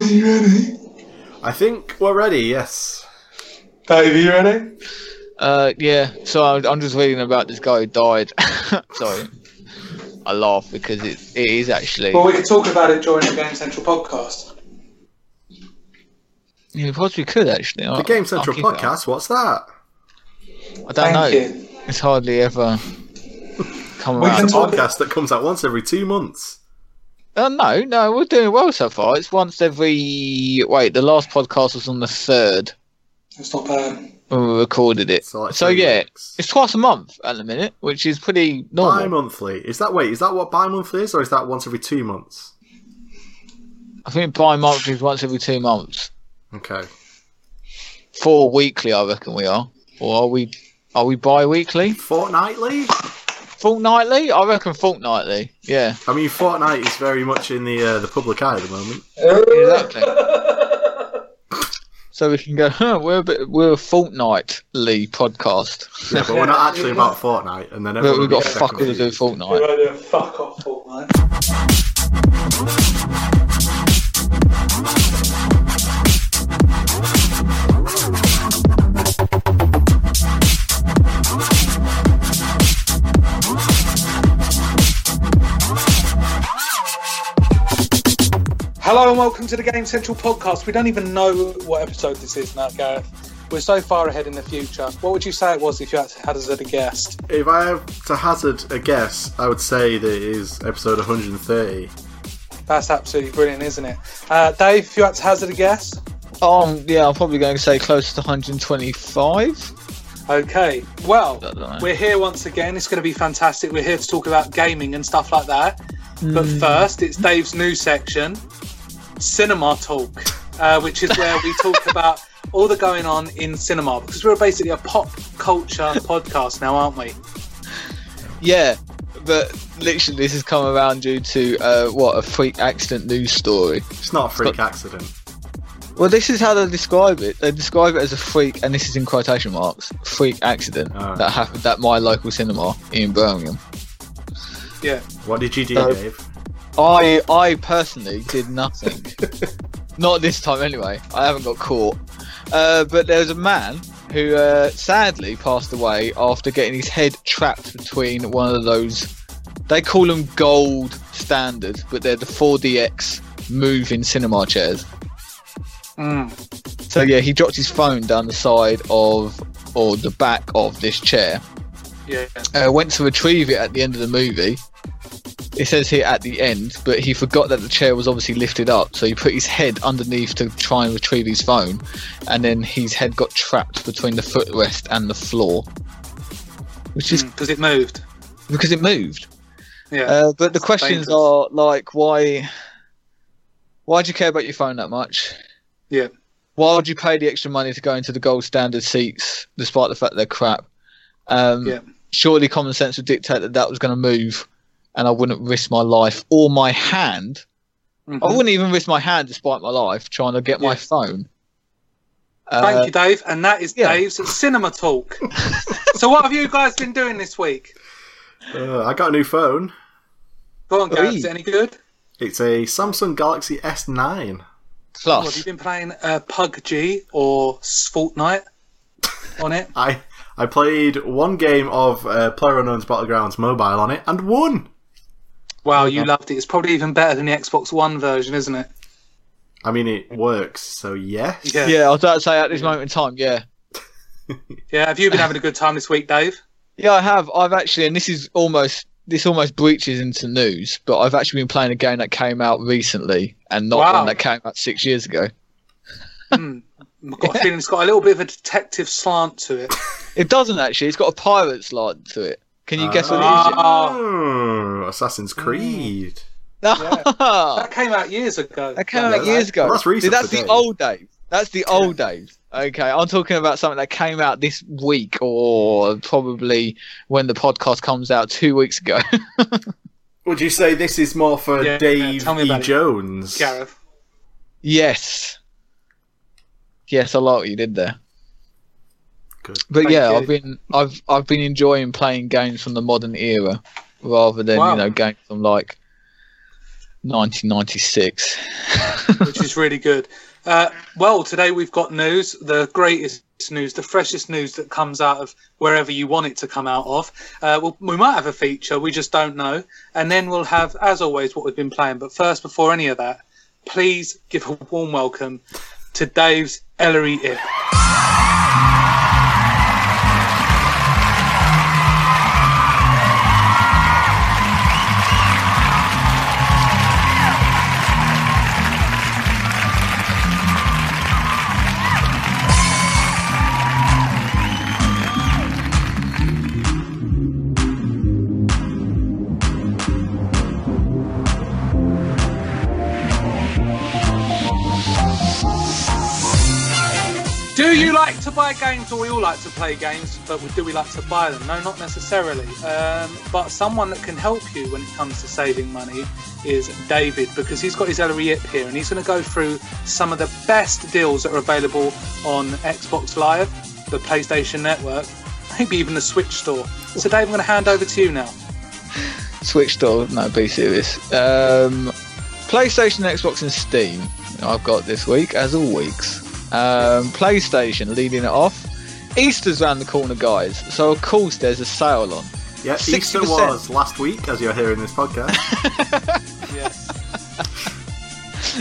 you ready? I think we're ready, yes. Dave, you ready? Uh, yeah. So I'm, I'm just reading about this guy who died. Sorry, I laugh because it, it is actually. Well, we could talk about it during the Game Central podcast. You possibly could actually. The Game Central keep it up. podcast, what's that? I don't Thank know. you. It's hardly ever come We around. can talk- Podcast that comes out once every two months. Uh, no, no, we're doing well so far. It's once every. Wait, the last podcast was on the third It's not bad. when we recorded it. So, like So, three yeah. weeks. It's twice a month at the minute, which is pretty normal. bi-monthly. Is that wait? Is that what bi-monthly is, or is that once every two months? I think bi-monthly is once every two months. Okay. Four weekly, I reckon we are. Or are we? Are we bi-weekly? Fortnightly? Fortnightly? I reckon fortnightly. Yeah. I mean, Fortnite is very much in the uh, the public eye at the moment. Exactly. So we can go. Huh, we're a bit, we're a fortnightly podcast. Yeah, but we're not actually about Fortnite, and then But everyone we've will got be fuck all to do confused. with fortnight. You're ready to fuck off, Fortnite. Hello and welcome to the Game Central podcast. We don't even know what episode this is now, Gareth. We're so far ahead in the future. What would you say it was if you had to hazard a guess? If I have to hazard a guess, I would say that it is episode 130. That's absolutely brilliant, isn't it? Uh, Dave, if you had to hazard a guess, Um, yeah, I'm probably going to say close to 125. okay. Well, I don't know. we're here once again. It's going to be fantastic. We're here to talk about gaming and stuff like that. But first, it's Dave's new section, Cinema Talk, uh, which is where we talk about all the going on in cinema because we're basically a pop culture podcast now, aren't we? Yeah, but literally this has come around due to uh, what a freak accident news story. It's not a freak accident. Well, this is how they describe it. They describe it as a freak, and this is in quotation marks, freak accident Ah. that happened at my local cinema in Birmingham. Yeah. What did you do, No. Dave? I I personally did nothing. Not this time, anyway. I haven't got caught. Uh, but there was a man who uh, sadly passed away after getting his head trapped between one of those. They call them gold standard, but they're the 4DX moving cinema chairs. Mm. So yeah, he dropped his phone down the side of or the back of this chair Yeah. uh, went to retrieve it at the end of the movie. It says here at the end, but he forgot that the chair was obviously lifted up, so he put his head underneath to try and retrieve his phone, and then his head got trapped between the footrest and the floor, which is Because Hmm. it moved. because it moved. Yeah. Uh, but the That's questions dangerous. are like, why? Why do you care about your phone that much? Yeah. Why would you pay the extra money to go into the gold standard seats, despite the fact they're crap? Um, Yeah. Surely common sense would dictate that that was going to move, and I wouldn't risk my life or my hand. Mhm. I wouldn't even risk my hand, despite my life, trying to get my Yeah. phone. Thank Uh, you, Dave. And that is yeah. Dave's cinema talk. so, what have you guys been doing this week? Uh, I got a new phone. Go on, Gareth. Oi. Is it any good? It's a Samsung Galaxy S9. What, have you Plus, been playing uh, PUBG or Fortnite on it? I I played one game of uh, PlayerUnknown's Battlegrounds mobile on it and won. Wow, Uh-huh. you loved it. It's probably even better than the Xbox One version, isn't it? I mean, it works. So yes. Yeah. yeah, I was about to say at this moment in time, yeah, Yeah. Have you been having a good time this week, Dave? Yeah, I have. I've actually, and this is almost this almost breaches into news, but I've actually been playing a game that came out recently and not Wow. one that came out six years ago. Hmm. I've got a feeling it's got a little bit of a detective slant to it. It doesn't actually. It's got a pirate slant to it. Can you guess what it is? Ah. Uh, Yet? Oh, Assassin's Mm. Creed. No. Oh. That came out years ago. that came Yeah, out that- years ago. well, that's recent See, that's for the Dave. old days. That's the old days. Okay, I'm talking about something that came out this week or probably when the podcast comes out two weeks ago. Would you say this is more for Yeah, Dave tell me E. about it. Jones? Gareth. Yes. Yes, I like what you did there. Good. But Thank yeah, you. I've been I've I've been enjoying playing games from the modern era rather than Wow. you know games from like 1996. which is really good. Uh, well, today we've got news, the greatest news, the freshest news that comes out of wherever you want it to come out of. Uh, well, we might have a feature, we just don't know. And then we'll have, as always, what we've been playing. But first, before any of that, please give a warm welcome to Dave's Ellery Ip. Do you like to buy games, or we all like to play games, but do we like to buy them? No, not necessarily. Um, but someone that can help you when it comes to saving money is David, because he's got his Ellery Yip here, and he's going to go through some of the best deals that are available on Xbox Live, the PlayStation Network, maybe even the Switch Store. So, Dave, I'm going to hand over to you now. Switch store, no, be serious. Um, PlayStation, Xbox, and Steam. I've got this week, as all weeks. Um, PlayStation leading it off. Easter's round the corner, guys. So of course there's a sale on. Yeah, Easter 60%. was last week, as you're hearing this podcast. Yes.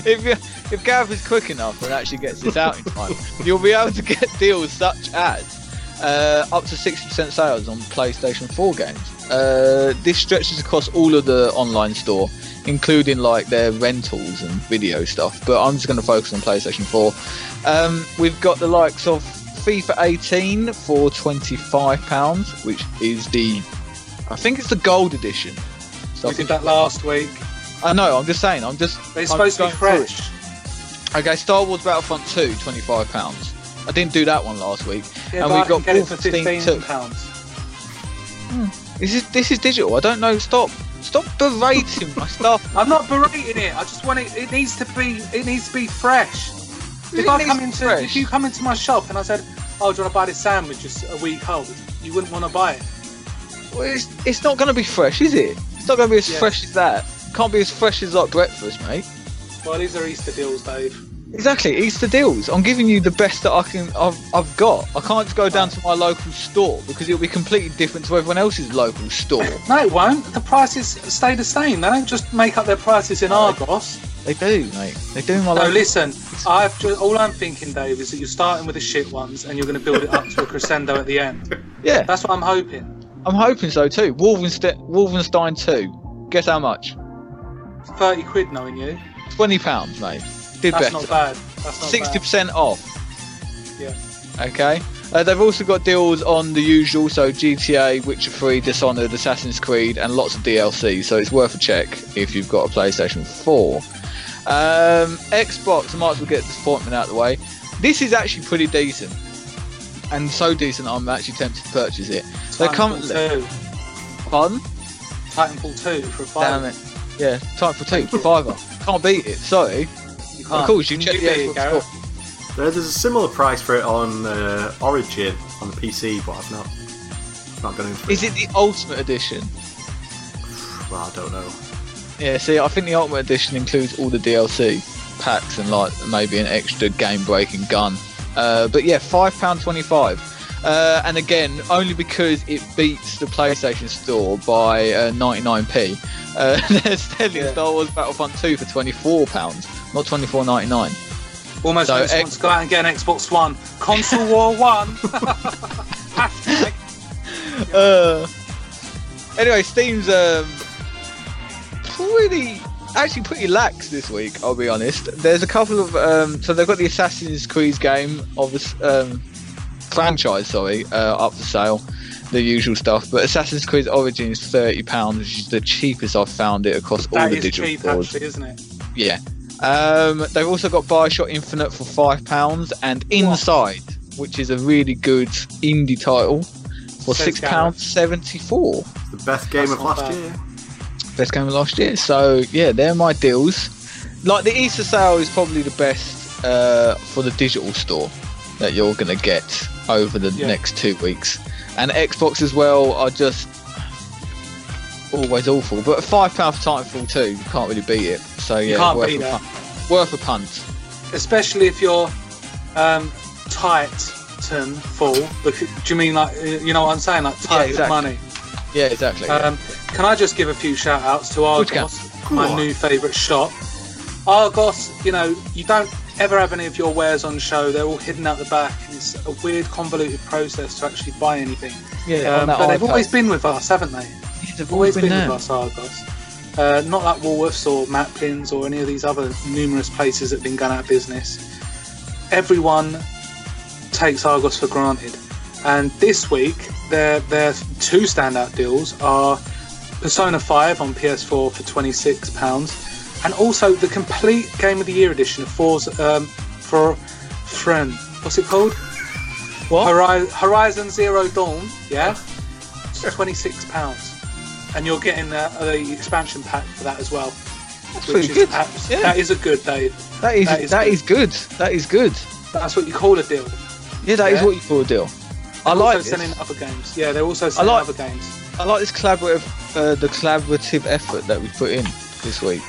If you, if Gav is quick enough and actually gets this out in time, you'll be able to get deals such as uh, up to 60% sales on PlayStation 4 games. Uh, this stretches across all of the online store, including like their rentals and video stuff. But I'm just going to focus on PlayStation 4. Um, we've got the likes of FIFA 18 for 25 pounds, which is the I think it's the gold edition. So I we did think- that last week. I know. I'm just saying. I'm just. They're I'm supposed to be just going through it. fresh. Okay, Star Wars Battlefront 2, 25 pounds. I didn't do that one last week. Yeah, And but I we can got get it for Wolfenstein £15. too. This is this is digital. I don't know. Stop, stop berating my stuff. I'm not berating it. I just want it. It needs to be. It needs to be fresh. If It I needs come to be into, fresh. if you come into my shop and I said, "Oh, do you want to buy this sandwich just a week old?" You wouldn't want to buy it. Well, It's, it's not going to be fresh, is it? It's not going to be as Yeah. fresh as that. Can't be as fresh as like breakfast, mate. Well, these are Easter deals, Dave. Exactly. Easter deals. I'm giving you the best that I can. I've, I've got. I can't just go down to my local store because it'll be completely different to everyone else's local store. No, it won't. The prices stay the same. They don't just make up their prices in Argos. They do, mate. They do in my No, local. listen. I've ju- all I'm thinking, Dave, is that you're starting with the shit ones and you're going to build it up to a crescendo at the end. Yeah. That's what I'm hoping. I'm hoping so too. Wolfenstein, Wolfenstein 2. Guess how much? Thirty quid, knowing you. Twenty pounds, mate. Did That's not better. bad. That's not Sixty bad. percent off. Yeah. Okay. Uh, they've also got deals on the usual, so GTA, Witcher 3, Dishonored, Assassin's Creed, and lots of DLC. So it's worth a check if you've got a PlayStation 4. Um, Xbox, I might as well get this appointment out of the way. This is actually pretty decent, and so decent I'm actually tempted to purchase it. They're Titanfall currently two. pardon. Titanfall two for a five. Damn it. Yeah, time for two, fiver. Can't beat it. Sorry. You Of course, you check beat the it, Xbox Gareth. score. There- There's a similar price for it on uh, Origin on the PC, but I've not not gone into Is it the Ultimate Edition? Well, I don't know. Yeah, see, I think the Ultimate Edition includes all the DLC packs and like maybe an extra game-breaking gun. Uh, but yeah, five pound twenty-five. Uh, and again, only because it beats the PlayStation Store by uh, 99p. Uh, they're selling Yeah. Star Wars Battlefront 2 for 24 pounds, not 24.99. Almost So, makes me X- want to go out and get an Xbox One. Console War One. Hashtag. uh, anyway, Steam's um, pretty, actually pretty lax this week. I'll be honest. There's a couple of um, so they've got the Assassin's Creed game of this um, franchise, sorry, uh, up for sale. The usual stuff, but Assassin's Creed Origin is thirty pounds, which is the cheapest I've found it across all That the is digital cheap, stores. actually, isn't it? Yeah. Um, they've also got Bioshock Infinite for five pounds, and Inside, which is a really good indie title, for Says six pounds seventy-four. It's the best game That's of not last bad. year. Best game of last year. So yeah, they're my deals. Like the Easter sale is probably the best uh, for the digital store that you're gonna get over the Yeah. next two weeks, and Xbox as well are just always awful. But five pound for Titanfall two, you can't really beat it. So yeah, you can't worth beat a that. punt. worth a punt. especially if you're um, Titan full. Look, do you mean like uh, you know what I'm saying? Like tight with exactly. money. Yeah, exactly. Um, can I just give a few shout outs to course you can. Argos, my Go on. new favourite shop? Argos, you know, you don't ever have any of your wares on show. They're all hidden out the back, and it's a weird, convoluted process to actually buy anything. yeah, Um, but they've always been with us, haven't they? they've always been, there. with us, Argos. Uh, not like Woolworths or Maplins or any of these other numerous places that have been gone out of business. Everyone takes Argos for granted. And this week, their, their two standout deals are Persona 5 on PS4 for £26 and also the complete Game of the Year edition of Fours um, for Friend. What's it called? What? Hori- Horizon Zero Dawn, yeah, it's twenty six pounds, and you're getting the, the expansion pack for that as well. That's pretty good. Abs- Yeah. That is a good Dave. That is That is that good. is good. That is good. That's what you call a deal. Yeah, that is Yeah. what you call a deal. I They're like also this. sending other games. Yeah, they're also sending like- other games. I like this collaborative, uh, the collaborative effort that we put in this week.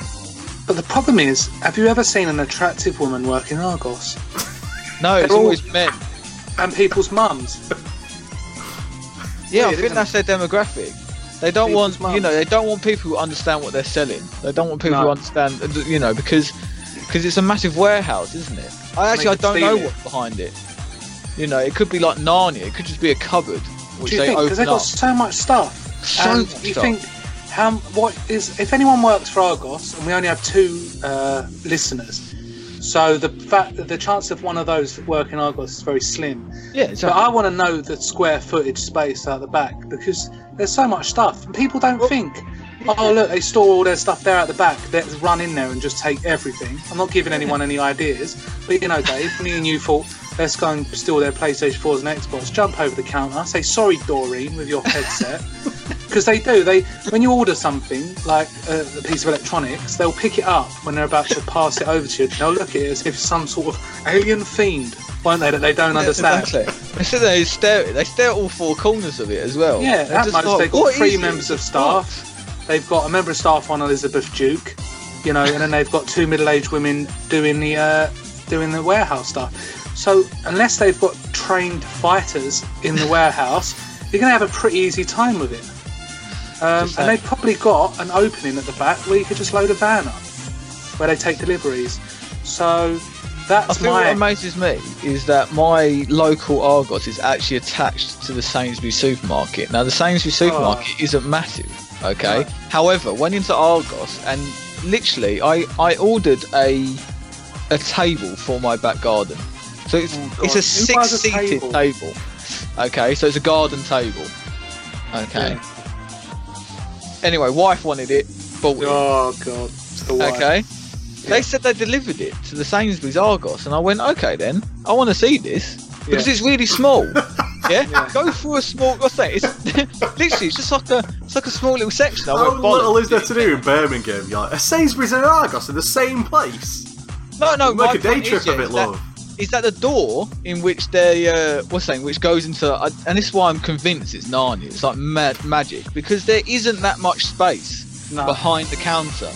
But the problem is, have you ever seen an attractive woman work in Argos No, it's all- always men. and people's mums? Yeah, I weird, think isn't that's their demographic. They don't People's want, you know, mums. they don't want people who understand what they're selling. They don't want people No. who understand, uh, you know, because because it's a massive warehouse, isn't it? I actually I could don't steal know it. what's behind it. You know, it could be like Narnia. It could just be a cupboard which Do you they think? Because open they've up. got so much stuff. So and much you stuff. think how what is if anyone works for Argos and we only have two uh, listeners, so the fact the chance of one of those that work in Argos is very slim. yeah, But exactly. I want to know the square footage space out the back because there's so much stuff and people don't think. Oh look, they store all their stuff there at the back. Let's run in there and just take everything. I'm not giving anyone any ideas, but you know, Dave, me and you thought let's go and steal their PlayStation 4s and Xbox. Jump over the counter, say sorry, Doreen, with your headset, because they do. They when you order something like uh, a piece of electronics, they'll pick it up when they're about to pass it over to you. They'll look at it as if some sort of alien fiend, won't they? That they don't understand. Exactly. They sit there and stare. They stare at all four corners of it as well. Yeah, They're at just most like, they've got "What three is members it? of staff. They've got a member of staff on Elizabeth Duke, you know, and then they've got two middle-aged women doing the uh, doing the warehouse stuff. So unless they've got trained fighters in the warehouse, you're going to have a pretty easy time with it. Um, Just and like- they've probably got an opening at the back where you could just load a van up, where they take deliveries. So I that's think what my amazes me is that my local Argos is actually attached to the Sainsbury's supermarket. Now, the Sainsbury's Oh. supermarket isn't massive, okay? No. However, went into Argos and literally, I, I ordered a a table for my back garden. So it's, Oh, God. it's a Who buys a six-seated table? table? Okay, so it's a garden table. Okay. Anyway, wife wanted it, bought it. oh god, it's the wife. Okay. They said they delivered it to the Sainsbury's Argos, and I went, okay then, I want to see this because Yeah. it's really small. yeah? Yeah. go for a small. What's that? It's literally it's just like a it's like a small little section. I How went, bollocks. little is there to do in Birmingham? You're like, a Sainsbury's and Argos in the same place. No, no, Make Oh, my a day point trip is, yeah, of it, is that- love. Is that the door in which they uh, what's saying, which goes into, uh, and this is why I'm convinced it's Narnia. It's like mad magic because there isn't that much space. No. behind the counter,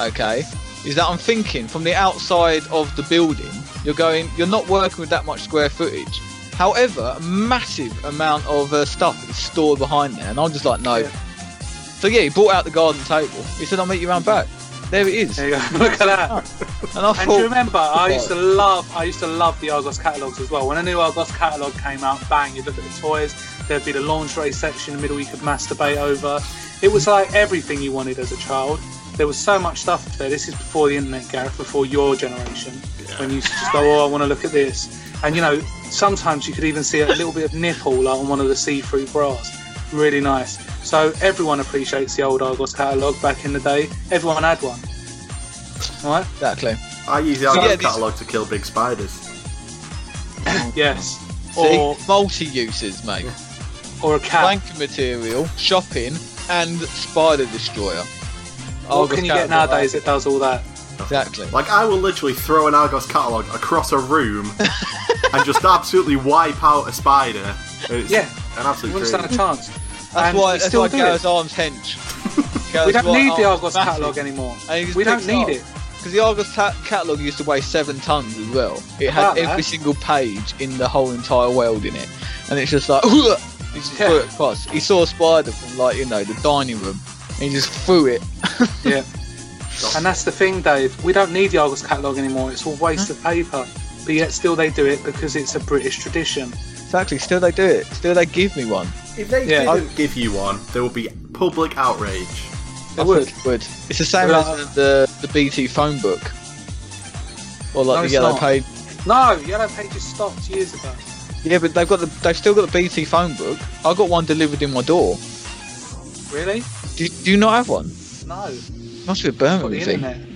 okay, is that I'm thinking from the outside of the building, you're going, you're not working with that much square footage. However, a massive amount of uh, stuff is stored behind there, and I'm just like, no. Yeah. So yeah, he brought out the garden table. He said, "I'll meet you round back." There it is, There and you go. Look at that. Oh. And do I you thought, "Oh, remember, I Right. used to love, I used to love the Argos catalogs as well. When a new Argos catalog came out, bang, you'd look at the toys. There'd be the lingerie section in the middle you could masturbate over. It was like everything you wanted as a child. There was so much stuff there. This is before the internet, Gareth, before your generation, when you used to just go, "Oh, I want to look at this." And you know, sometimes you could even see a little bit of nipple like on one of the see-through bras. Really nice. So everyone appreciates the old Argos catalogue back in the day. Everyone had one. All right. exactly. I use the So, Argos yeah, these- catalogue to kill big spiders. Yes. Or, See, multi-uses, mate. or a cat. Blanket material, shopping, and spider destroyer. what can you get nowadays that does all that? Exactly. Like, I will literally throw an Argos catalogue across a room and just absolutely wipe out a spider. It's Yeah. an You absolute wouldn't stand a dream. chance. That's And why. we That's still why do Gareth's it. arms hench. We Gareth's don't right need the arm's Argos massive. catalogue anymore. And he just We don't picks need up. it. because the Argos ta- catalogue used to weigh seven tons as well. It had Wow, man. every single page in the whole entire world in it, and it's just like he just Yeah. threw it across. He saw a spider from like you know the dining room, and he just threw it. Yeah. and that's the thing, Dave. We don't need the Argos catalogue anymore. It's all waste of paper. But yet, still, they do it because it's a British tradition. Exactly. Still they do it. Still they give me one. If they Yeah. didn't give you one, there will be public outrage. I would. um, think it would. It's the same Well, as the, the BT phone book, or like No, the it's yellow not. page. No, Yellow Pages stopped years ago. Yeah, but they've got the they've still got the BT phone book. I got one delivered in my door. Really? Do, do you not have one? No. Must be Got the a Birmingham thing. internet.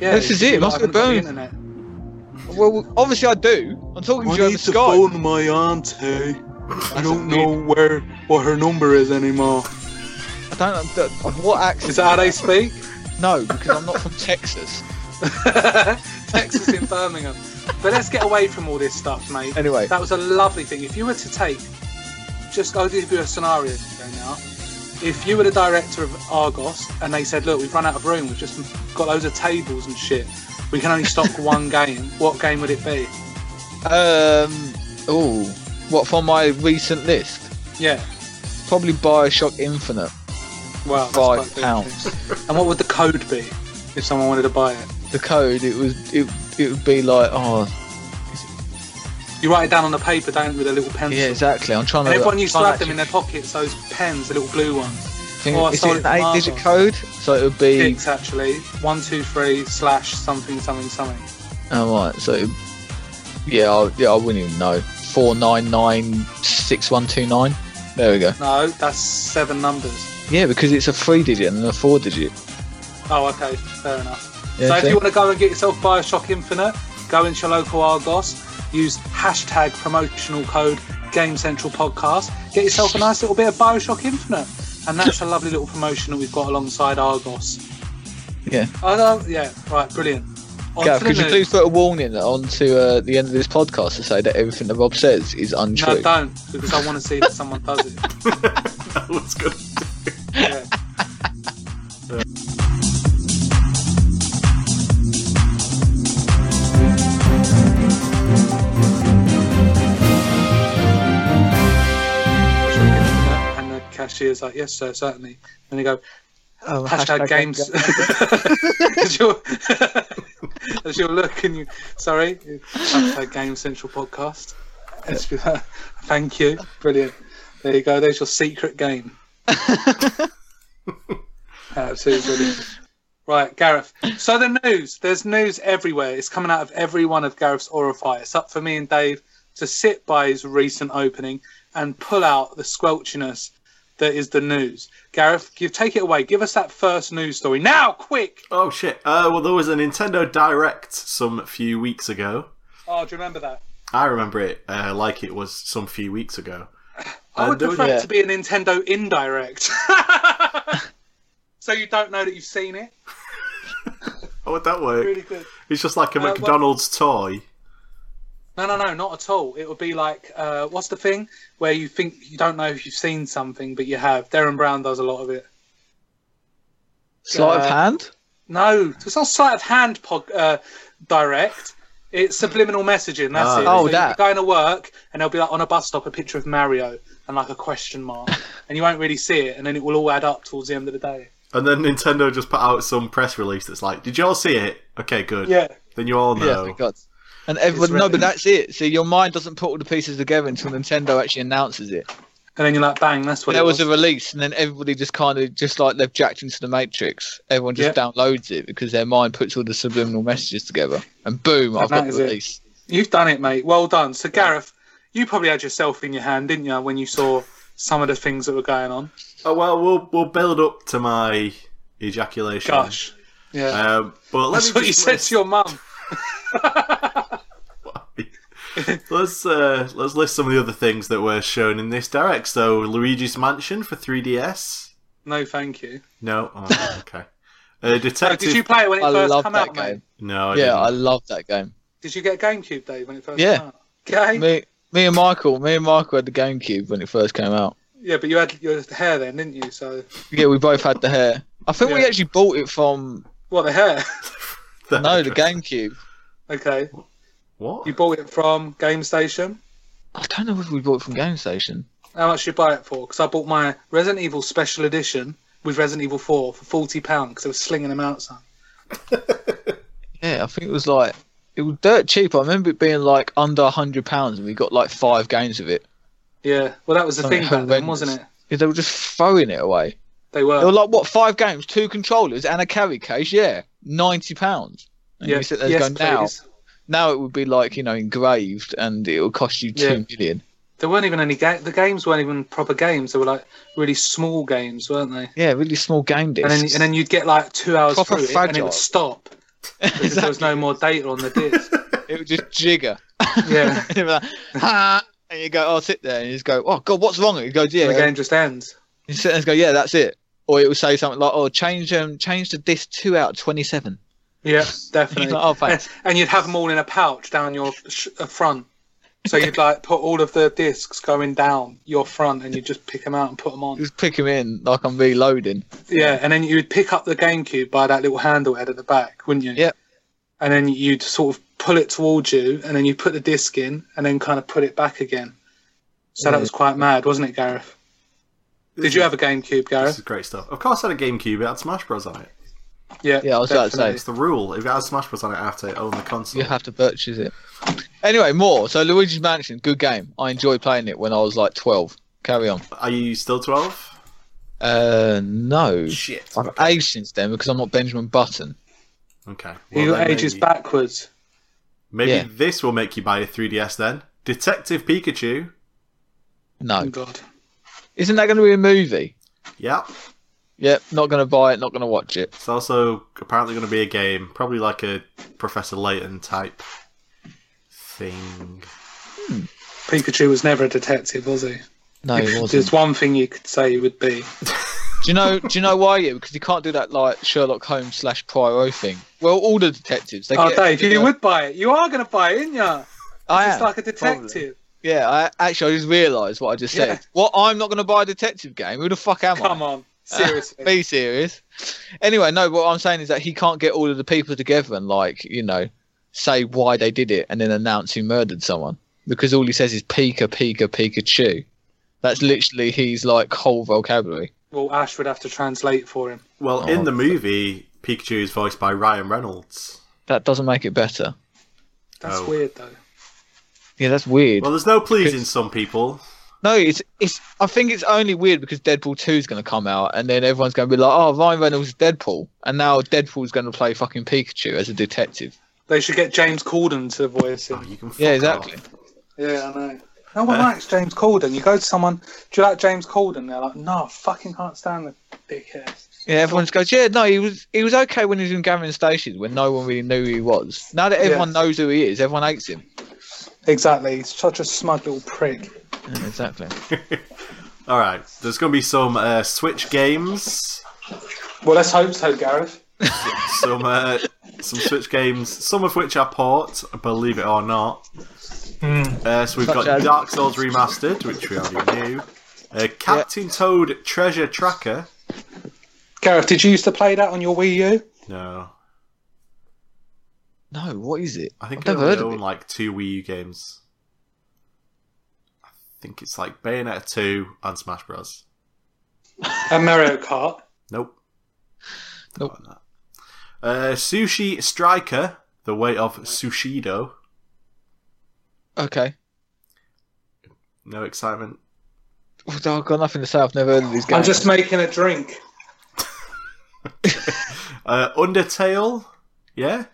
Yeah, This is it, you must haven't be got the Birmingham. internet. Well, obviously I do. I'm talking to you over Skype. my auntie. I don't know where what her number is anymore. I don't know what accent. Is that how they speak? No, because I'm not from Texas. Texas in Birmingham. But let's get away from all this stuff, mate. Anyway, That was a lovely thing. If you were to take, just I'll give you a scenario here now. If you were the director of Argos and they said, "Look, we've run out of room. We've just got loads of tables and shit. We can only stock one game. What game would it be?" um, oh, what from my recent list? Yeah. Probably Bioshock Infinite. Well, that's Five quite good. pounds. And what would the code be if someone wanted to buy it? The code it was it it would be like oh You write it down on the paper, don't you, with a little pencil. yeah exactly. I'm trying And to. everyone used to trying have them in their pockets, those pens, the little blue ones. Think, Oh, I is sold it it an to Marvel. eight-digit code? So it would be. Dicks, actually. One, two, three, slash, something, something, something. Oh, right. So yeah, I, yeah, I wouldn't even know. Four nine nine six one two nine. There we go. No, that's seven numbers. Yeah, because it's a three-digit and a four-digit. Oh, okay, fair enough. Yeah, so if see? you want to go and get yourself Bioshock Infinite, go into your local Argos, use hashtag promotional code Game Central Podcast, get yourself a nice little bit of Bioshock Infinite. And that's a lovely little promotion that we've got alongside Argos. Yeah. I don't, yeah, right, brilliant. On Gav, to the could you news. please put a warning onto uh, the end of this podcast to say that everything that Rob says is No, untrue? don't, because I want to see that someone does it. that was good. Yeah. And the cashier's like, yes, sir, certainly. And they go, Oh, hashtag, games. as, you'll, as you'll look and you, sorry, hashtag Game Central podcast. It's- Thank you. Brilliant. There you go. There's your secret game. Absolutely brilliant. Right, Gareth. So the news. There's news everywhere. It's coming out of every one of Gareth's orify. It's up for me and Dave to sit by his recent opening and pull out the squelchiness that is the news. Gareth, give, take it away. Give us that first news story now, quick. Oh shit. Uh, well, there was a Nintendo Direct some few weeks ago. Oh, do you remember that? I remember it uh, like it was some few weeks ago. I Uh, would there was- prefer yeah. it to be a Nintendo indirect. so you don't know that you've seen it. How would that work? Really good. It's just like a Uh, well- McDonald's toy. No, no, no, not at all. It would be like, uh, what's the thing where you think you don't know if you've seen something, but you have. Darren Brown does a lot of it. Sleight of Uh, hand. No, it's not sleight of hand pod, uh, direct. It's subliminal messaging. That's Ah. it. Oh, you'll be that. Going to work, and they'll be like on a bus stop, a picture of Mario and like a question mark, and you won't really see it, and then it will all add up towards the end of the day. And then Nintendo just put out some press release that's like, "Did you all see it? Okay, good. Yeah. Then you all Yeah, know." thank God. And everyone, no, written. but that's it. See, your mind doesn't put all the pieces together until Nintendo actually announces it. And then you're like, bang, that's what there it was a release, and then everybody just kind of just like they've jacked into the Matrix. Everyone just downloads it because their mind puts all the subliminal messages together, and boom, I've that got the is it. release. You've done it, mate. Well done. So, Gareth, you probably had yourself in your hand, didn't you, when you saw some of the things that were going on? Oh well, we'll we'll build up to my ejaculation. Gosh. Yeah. Um, but let that's me what you just said list- to your mum. let's uh, let's list some of the other things that were shown in this direct. So Luigi's Mansion for 3DS. No, thank you. No, oh, okay. Uh, So Detective. did you play it when it I first love came that out, mate? game. No, I yeah, didn't. I love that game. Did you get GameCube, Dave, when it first Yeah. came out? Okay. Me, me and Michael, me and Michael had the GameCube when it first came out. Yeah, but you had your hair then, didn't you? So Yeah, we both had the hair. I think we Yeah. actually bought it from. what the hair? that No, the address? GameCube. Okay. What? You bought it from Game Station. I don't know whether we bought it from Game Station. How much did you buy it for? Because I bought my Resident Evil Special Edition with Resident Evil 4 for forty pound because I was slinging them out. Son. Yeah, I think it was like it was dirt cheap. I remember it being like under hundred pounds, and we got like five games of it. Yeah. Well, that was the Something thing back then, horrendous. wasn't it? Yeah, they were just throwing it away. They They were were. like what five games, two controllers, and a carry case. Yeah, ninety pounds. And Yeah. you sit there Yes, going now. please. Now it would be like you know engraved, and it would cost you two Yeah. million. There weren't even any ga- the games weren't even proper games. They were like really small games, weren't they? Yeah, really small game And discs. then and then you'd get like two hours Proper through it and it fragile. would stop because there was no more data on the disc. it would just jigger. yeah. and, you'd be like, "Ha," and you go, "Oh, sit there," and you just go, "Oh God, what's wrong?" And he goes, "Yeah." And the game just ends. You sit there and go, "Yeah, that's it." Or it will say something like, "Oh, change um, change the disc two out of twenty-seven. Yeah, He's definitely. like, "Oh, thanks." and, and you'd have them all in a pouch down your sh- uh, front. So you'd like put all of the discs going down your front, and you'd just pick them out and put them on. just pick him in like I'm reloading. Yeah, and then you'd pick up the GameCube by that little handle head at the back, wouldn't you? Yep. And then you'd sort of pull it towards you, and then you put the disc in, and then kind of put it back again. So that Yeah. was quite mad, wasn't it, Gareth? Did you have a GameCube, This Gareth? is great stuff. Of course, I had a GameCube. It had Smash Bros on it. Yeah. Yeah, I was about to definitely. It's the rule. If it has Smash Bros on it, I have to own the console. You have to purchase it. Anyway, more. So Luigi's Mansion, good game. I enjoyed playing it when I was like 12. Carry on. Are you still twelve? Uh, no. Shit. I've Okay. aged since then because I'm not Benjamin Button. okay. Well, Your then age is maybe- backwards. Maybe Yeah. this will make you buy a 3DS then. Detective Pikachu. Oh, No. God. Isn't that going to be a movie? Yep. Yep. Not going to buy it. Not going to watch it. It's also apparently going to be a game, probably like a Professor Layton type thing. Pikachu was never a detective, was he? No, it wasn't. There's one thing you could say he would be. do you know? Do you know why? Yeah, because you can't do that like Sherlock Holmes slash Poirot thing. Well, all the detectives. They Oh, get, uh, Dave, you would buy it. You are going to buy it, aren't you? I It's am, like a probably. detective. Yeah, I, actually, I just realised what I just said. Yeah. What? I'm not going to buy a detective game. Who the fuck am I? Come on, seriously. Be serious. Anyway, no, what I'm saying is that he can't get all of the people together and, like, you know, say why they did it and then announce who murdered someone. Because all he says is Pika, Pika, Pikachu. That's literally his, like, whole vocabulary. well, Ash would have to translate for him. Well, Oh, in the movie, Pikachu is voiced by Ryan Reynolds. That doesn't make it better. That's Oh. weird, though. Yeah, that's weird. Well, there's no pleasing some people. no, it's it's. I think it's only weird because Deadpool two is going to come out, and then everyone's going to be like, "Oh, Ryan Reynolds is Deadpool," and now Deadpool's going to play fucking Pikachu as a detective. They should get James Corden to voice Oh, him. you can fuck Yeah, exactly. off. Yeah, I know. No Uh. one likes James Corden. You go to someone, do you like James Corden? They're like, no, I fucking can't stand the dickheads. Yeah, everyone just goes, yeah, no, he was he was okay when he was in Gavin Station when no one really knew who he was. Now that everyone knows who he is, everyone hates him. Exactly. He's such a smug little prick. Yeah, exactly. All right. There's going to be some uh, Switch games, Well, let's hope so, Gareth. some uh, some Switch games, some of which are ports, believe it or not. Hmm. Uh, so we've Such got as- Dark Souls Remastered, which we already knew. Uh, Captain Toad Treasure Tracker. Gareth, did you used to play that on your Wii U? No, No, what is it? I think I've I never only heard of own it. like two Wii U games. I think it's like Bayonetta 2 and Smash Bros. And Mario Kart. Nope. Nope. Not on that. Uh, Sushi Striker, The Way of Sushido. Okay. No excitement. Well, I've got nothing to say. I've never heard of these games. I'm just making a drink. Uh, Undertale. Yeah.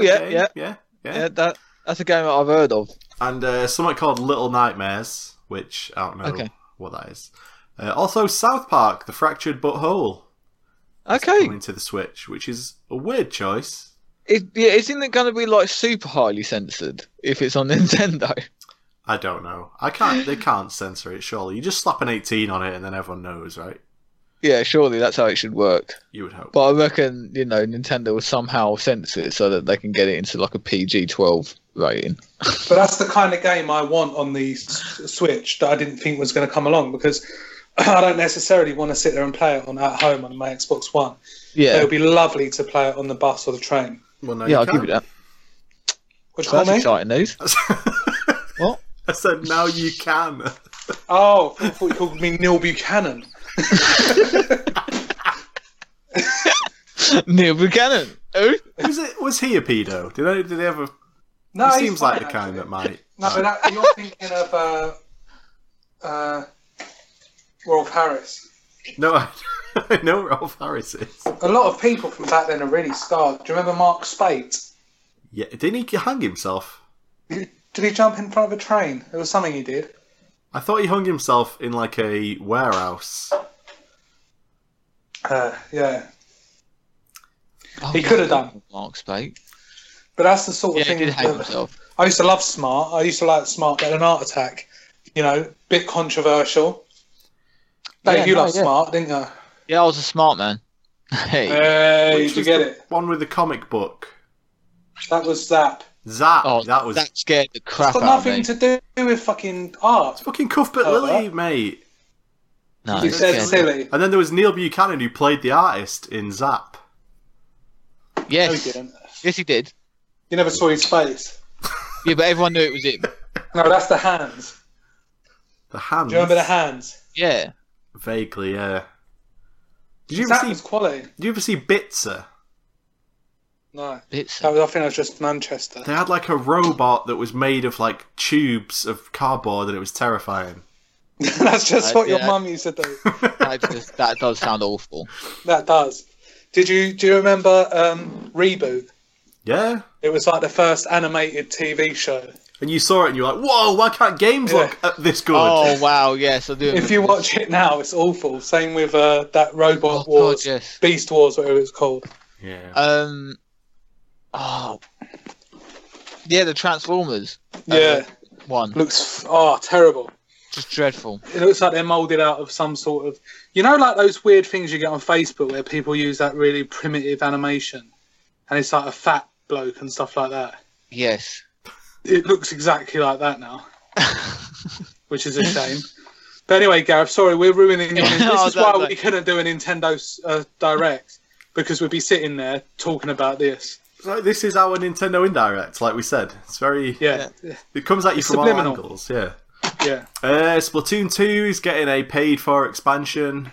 That's a yeah, game. yeah. yeah, yeah, yeah, that that's a game that I've heard of. And uh, something called Little Nightmares, which I don't know Okay. what that is. Uh, also, South Park, The Fractured Butthole, Okay. coming to the Switch, which is a weird choice. It, yeah, isn't it going to be like super highly censored if it's on Nintendo? I don't know. I can't. They can't censor it. Surely you just slap an eighteen on it, and then everyone knows, right? yeah, surely that's how it should work. You would hope. But I reckon you know Nintendo will somehow censor it so that they can get it into like a PG-12 rating. But that's the kind of game I want on the S- Switch that I didn't think was going to come along because I don't necessarily want to sit there and play it on at home on my Xbox One. It Yeah. would be lovely to play it on the bus or the train. Well, no, yeah, you I'll give can. you that. What you So call that's me? exciting news. What? I said, now you can. Oh, I thought you called me Neil Buchanan. Neil Buchanan. Who? Was it? Was he a pedo? Did I, did he ever? No, he he's seems like fine, the kind actually. that might. No, but that, you're thinking of uh, uh, Rolf Harris. No, I, I know Rolf Harris is. A lot of people from back then are really scarred. Do you remember Mark Spate? Yeah, didn't he hang himself? Did he jump in front of a train? It was something he did. I thought he hung himself in like a warehouse. Uh, yeah, Oh, He could have done. Mark Spate. but that's the sort of Yeah, he thing. did hang that- himself. I used to love Smart. I used to like Smart better than Art Attack. You know, bit controversial. Dave, Yeah, you no, loved yeah. Smart, didn't you? Yeah, I was a smart man. Hey. Uh, Hey, Which did you was get the it? One with the comic book. That was Zap. Zap. oh, that was that scared the crap It's got out of nothing me. to do with fucking art. fucking Cuthbert Oh, Lily, mate. No, You it said scared me. silly. And then there was Neil Buchanan who played the artist in Zap. No, you Yes, didn't. yes, he did. You never saw his face. Yeah, but everyone knew it was him. No, that's the hands. The hands. Do you remember the hands? Yeah. Vaguely, yeah. Did you ever That see? was quality. Did you ever see Bitzer? No, It's that was, I think that was just Manchester. They had like a robot that was made of like tubes of cardboard, and it was terrifying. that's just Right, what your yeah. mum used to do. that, just, that does sound awful. that does. Did you do you remember um, Reboot? Yeah. It was like the first animated TV show. And you saw it, and you were like, "Whoa! Why can't games Yeah. look uh, this good?" Oh wow, yes, I do. If you remember watch it now, it's awful. Same with uh, that this. Robot Oh, God, Wars, yes. Beast Wars, whatever it's called. Yeah. Um. Oh. Yeah, the Transformers Yeah, one. looks f- oh terrible. Just dreadful. It looks like they're molded out of some sort of, you know, like those weird things you get on Facebook where people use that really primitive animation, and it's like a fat bloke and stuff like that. Yes. it looks exactly like that now, which is a shame. But anyway, Gareth, sorry, we're ruining your. Yeah, this no, is no, why no. we couldn't do a Nintendo uh, Direct because we'd be sitting there talking about this. So this is our Nintendo Indirect, like we said. It's very. Yeah, yeah. It comes at you It's from subliminal. all angles. Yeah. Uh, Splatoon 2 is getting a paid for expansion.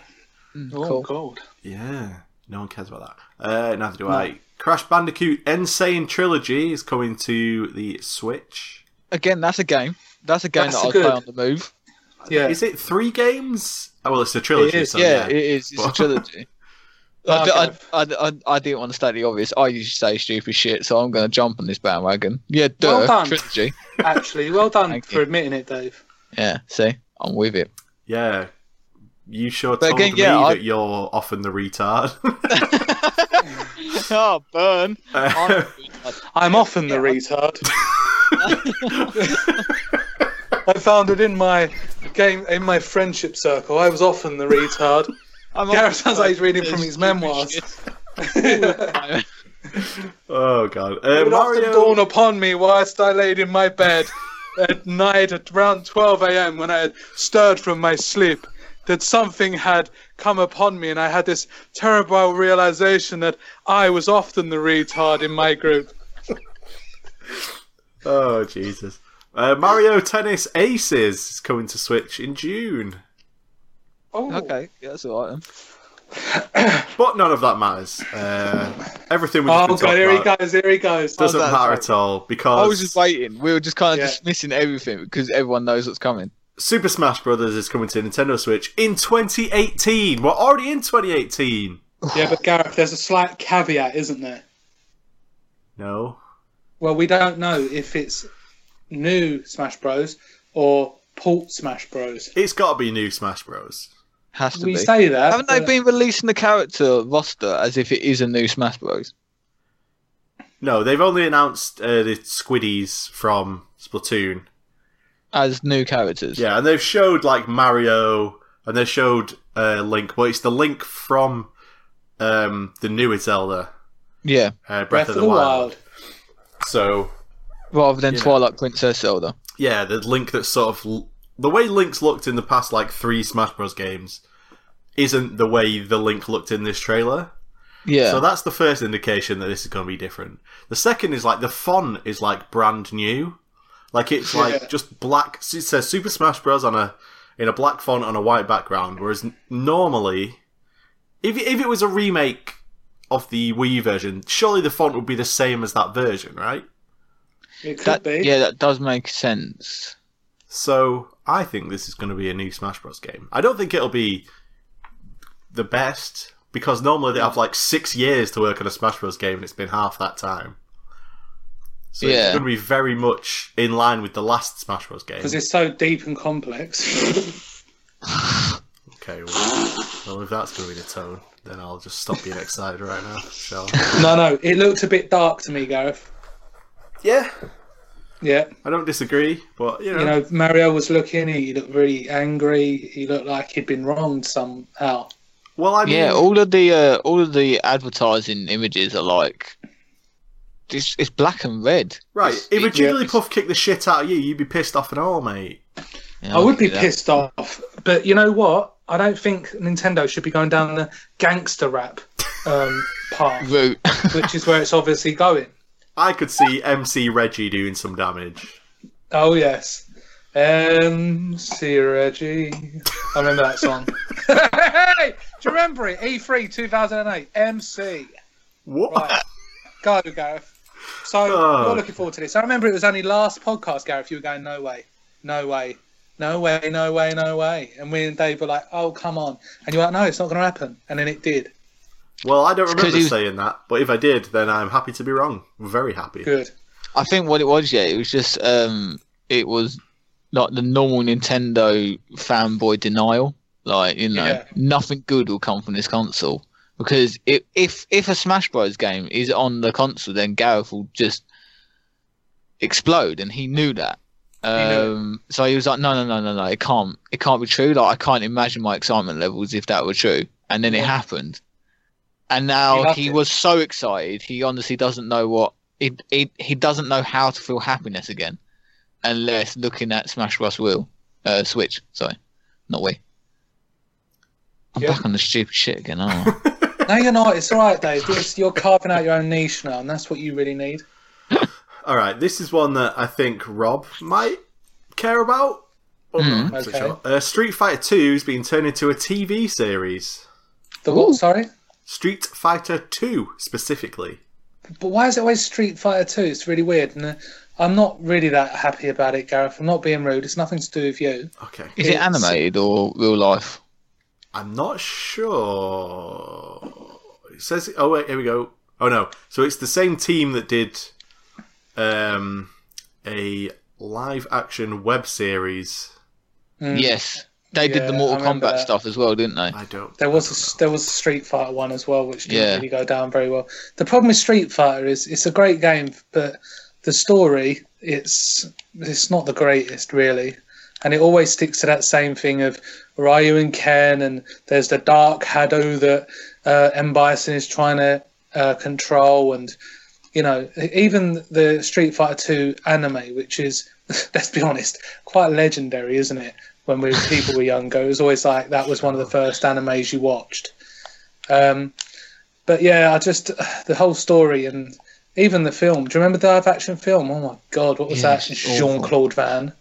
Mm, Oh cool. God. Yeah, no one cares about that. Uh, neither do I. Crash Bandicoot Insane Trilogy is coming to the Switch. Again, that's a game. That's a game That's that a I'll play good- on the move. Yeah. Is it three games? Oh, well, it's a trilogy, It is, so yeah, yeah. it is. It's a Well- trilogy. No, I, d- okay. I, I, I- I didn't want to state the obvious. I usually say stupid shit, so I'm going to jump on this bandwagon. Yeah, duh. Well done. Trilogy. Actually, well done Thank for you. admitting it, Dave. Yeah, see? I'm with it. Yeah. You sure But told again, me yeah, I- that you're often the retard. oh, burn. Uh, I'm often the Yeah. retard. I found it in my game, in my friendship circle. I was often the retard. I'm Gareth sounds like he's reading from his memoirs. oh god. Uh, It would often Mario. dawn upon me whilst I laid in my bed at night at around 12 a.m. when I had stirred from my sleep that something had come upon me and I had this terrible realization that I was often the retard in my group. Oh Jesus. Uh, Mario Tennis Aces is coming to Switch in June, Oh, okay, yeah, that's all right. Then. but none of that matters. Uh, everything we Oh just been god, talking here he about goes, here he goes. doesn't Oh, no, matter at all because I was just waiting. We were just kind of Yeah. dismissing everything because everyone knows what's coming. Super Smash Brothers is coming to Nintendo Switch in 2018. We're already in 2018. Yeah, but Gareth, there's a slight caveat, isn't there? No. Well, we don't know if it's new Smash Bros. or port Smash Bros. It's got to be new Smash Bros. Has to We be. say that. Haven't they but- been releasing the character roster as if it is a new Smash Bros? No, they've only announced uh, the Squiddies from Splatoon. As new characters? Yeah, and they've showed like Mario and they showed uh, Link, but it's the Link from um, the newer Zelda, Yeah. uh, Breath, of the, Wild. So, Rather than Yeah. Twilight Princess Zelda. yeah, the Link that's sort of l- the way Link's looked in the past like three Smash Bros games isn't the way the Link looked in this trailer. Yeah. So that's the first indication that this is going to be different. The second is like the font is like brand new, like it's like Yeah. just black. It says Super Smash Bros. on a in a black font on a white background, whereas n- normally, if if it was a remake of the Wii version, surely the font would be the same as that version, right? It could That, be. yeah, that does make sense. So I think this is going to be a new Smash Bros. game. I don't think it'll be the best because normally they have like six years to work on a Smash Bros. game, and it's been half that time. So Yeah. it's going to be very much in line with the last Smash Bros. game. Because it's so deep and complex. Okay, well, well, if that's going to be the tone, then I'll just stop being excited right now. Shall I? no, no, it looked a bit dark to me, Gareth. Yeah, Yeah, I don't disagree, but you know, you know, Mario was looking. He looked really angry. He looked like he'd been wronged somehow. well, I mean, Yeah, all of the uh, all of the advertising images are like it's, it's black and red. right. If a Yeah. Jigglypuff kicked the shit out of you, you'd be pissed off and all, mate. You I know, would be that- pissed off, but you know what? I don't think Nintendo should be going down the gangster rap um, path, Root. which is where it's obviously going. I could see MC Reggie doing some damage. Oh yes, um, see Reggie. I remember that song. hey, do you remember it? E E3 2008. MC. What? Right. Go, Gareth. So Oh. you're looking forward to this. I remember it was only last podcast, Gareth. You were going, no way, no way, no way, no way, no way, and we and Dave were like, oh come on, and you were like, no, it's not going to happen, and then it did. Well, I don't 'cause remember he was- saying that, but if I did, then I'm happy to be wrong. Very happy. Good. I think what it was, yeah, it was just um, it was like the normal Nintendo fanboy denial. Like you know, Yeah. nothing good will come from this console because if if if a Smash Bros game is on the console, then Gareth will just explode, and he knew that. knew it. Um, so he was like, no, no, no, no, no, it can't, it can't be true. Like I can't imagine my excitement levels if that were true. And then it Yeah. happened, and now loved he it. was so excited. He honestly doesn't know what he, he he doesn't know how to feel happiness again, unless looking at Smash Bros. Wheel, uh, Switch. Sorry, not we. I'm Yeah. back on the stupid shit again. Aren't I? No, you're not. It's all right, Dave. This- you're carving out your own niche now, and that's what you really need. All right, this is one that I think Rob might care about. Or Hmm. not, I'm not Okay. sure. uh, Street Fighter 2 has been turned into a TV series. The what? Ooh. Sorry. Street Fighter 2 specifically. But why is it always Street Fighter 2? It's really weird. And uh, I'm not really that happy about it, Gareth. I'm not being rude. It's nothing to do with you. Okay. Is it It's- animated or real life? I'm not sure. It says. Oh wait, here we go. Oh no. So it's the same team that did um, a live action web series. Mm. Yes, they did the Yeah, I Mortal remember Kombat that. stuff as well, didn't they? I don't. There was a, there was a Street Fighter one as well, which didn't Yeah. really go down very well. The problem with Street Fighter is it's a great game, but the story it's it's not the greatest really, and it always sticks to that same thing of Ryu and Ken, and there's the Dark Hado that uh, M Bison is trying to uh, control, and you know even the Street Fighter Two anime, which is let's be honest, quite legendary, isn't it? When we people were younger, it was always like that was one of the first animes you watched. Um, but yeah, I just the whole story and even the film. Do you remember the live action film? Oh my god, what was Yeah, that? it's awful. Jean Claude Van.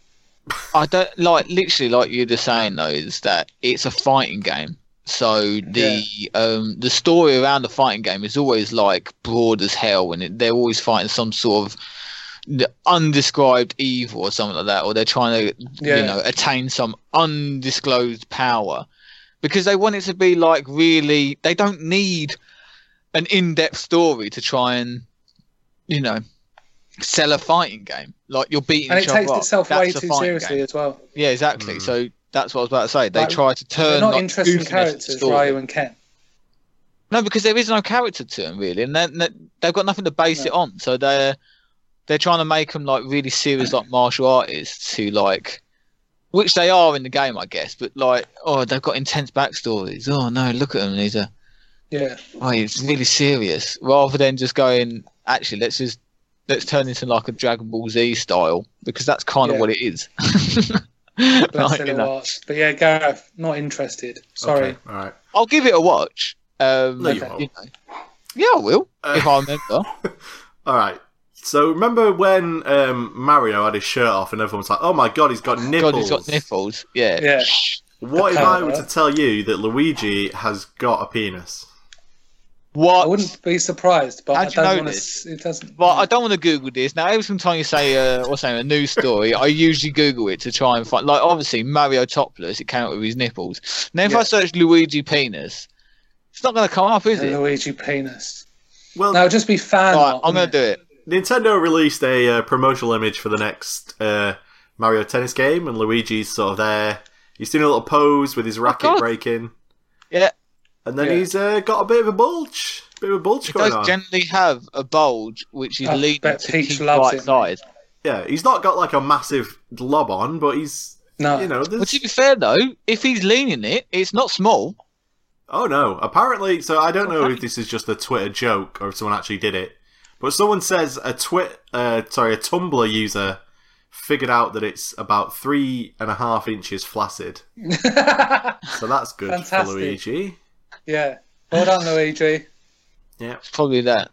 I don't like literally like you were saying though is that it's a fighting game. So the um the story around the fighting game is always like broad as hell, and it, they're always fighting some sort of the undescribed evil or something like that, or they're trying to Yeah. you know attain some undisclosed power because they want it to be like really they don't need an in-depth story to try and you know sell a fighting game like you're beating And it each other takes up. itself way That's a too fighting game. seriously as well. Yeah, exactly. Mm. So that's what I was about to say. They Like, try to They're turn not like, goofiness interesting into characters, story. Ryu and Ken. No, because there is no character to them really, and then they've got nothing to base No. it on. So they're they're trying to make them like really serious, like martial artists who like, which they are in the game, I guess. But like, oh, they've got intense backstories. Oh no, look at them. These are Yeah, oh, it's really serious. Rather than just going, actually, let's just let's turn into like a Dragon Ball Z style because that's kind of Yeah. what it is. that's Like, you silly know. arts. But yeah, Gareth, not interested. Sorry. Okay, all right. I'll give it a watch. Um, No, you okay. won't. you know. Yeah, I will. Uh, if I remember. All right. So remember when um, Mario had his shirt off and everyone was like, "Oh my god, he's got nipples." God, he's got nipples. Yeah. Yeah. What if I were to tell you that Luigi has got a penis? I What? wouldn't be surprised, but How'd I you don't know want this? to. It doesn't. Well, I don't want to Google this. Now, every single time you say uh, or saying a news story, I usually Google it to try and find. Like, obviously, Mario topless, it came up with his nipples. Now, if I Yeah. search Luigi penis, it's not going to come up, is it? Luigi penis. Well, Uh, No, it'd just be fan. Right, art, I'm going wouldn't to do it. Nintendo released a uh, promotional image for the next uh, Mario Tennis game, and Luigi's sort of there. He's doing a little pose with his racket Oh God. breaking. Yeah. And then Yeah. he's uh, got a bit of a bulge, bit of a bulge It going does on. generally have a bulge which is I leading bet to Peach his loves right it. side. yeah, he's not got like a massive lob on, but he's No. you know. Well, There's... to be fair though, if he's leaning it, it's not small. Oh no! Apparently, so I don't know if this is just a Twitter joke or if someone actually did it, but someone says a twit, uh, sorry, a Tumblr user figured out that it's about three and a half inches flaccid. So that's good for Fantastic. Luigi. yeah. Well done, Luigi. It's probably that.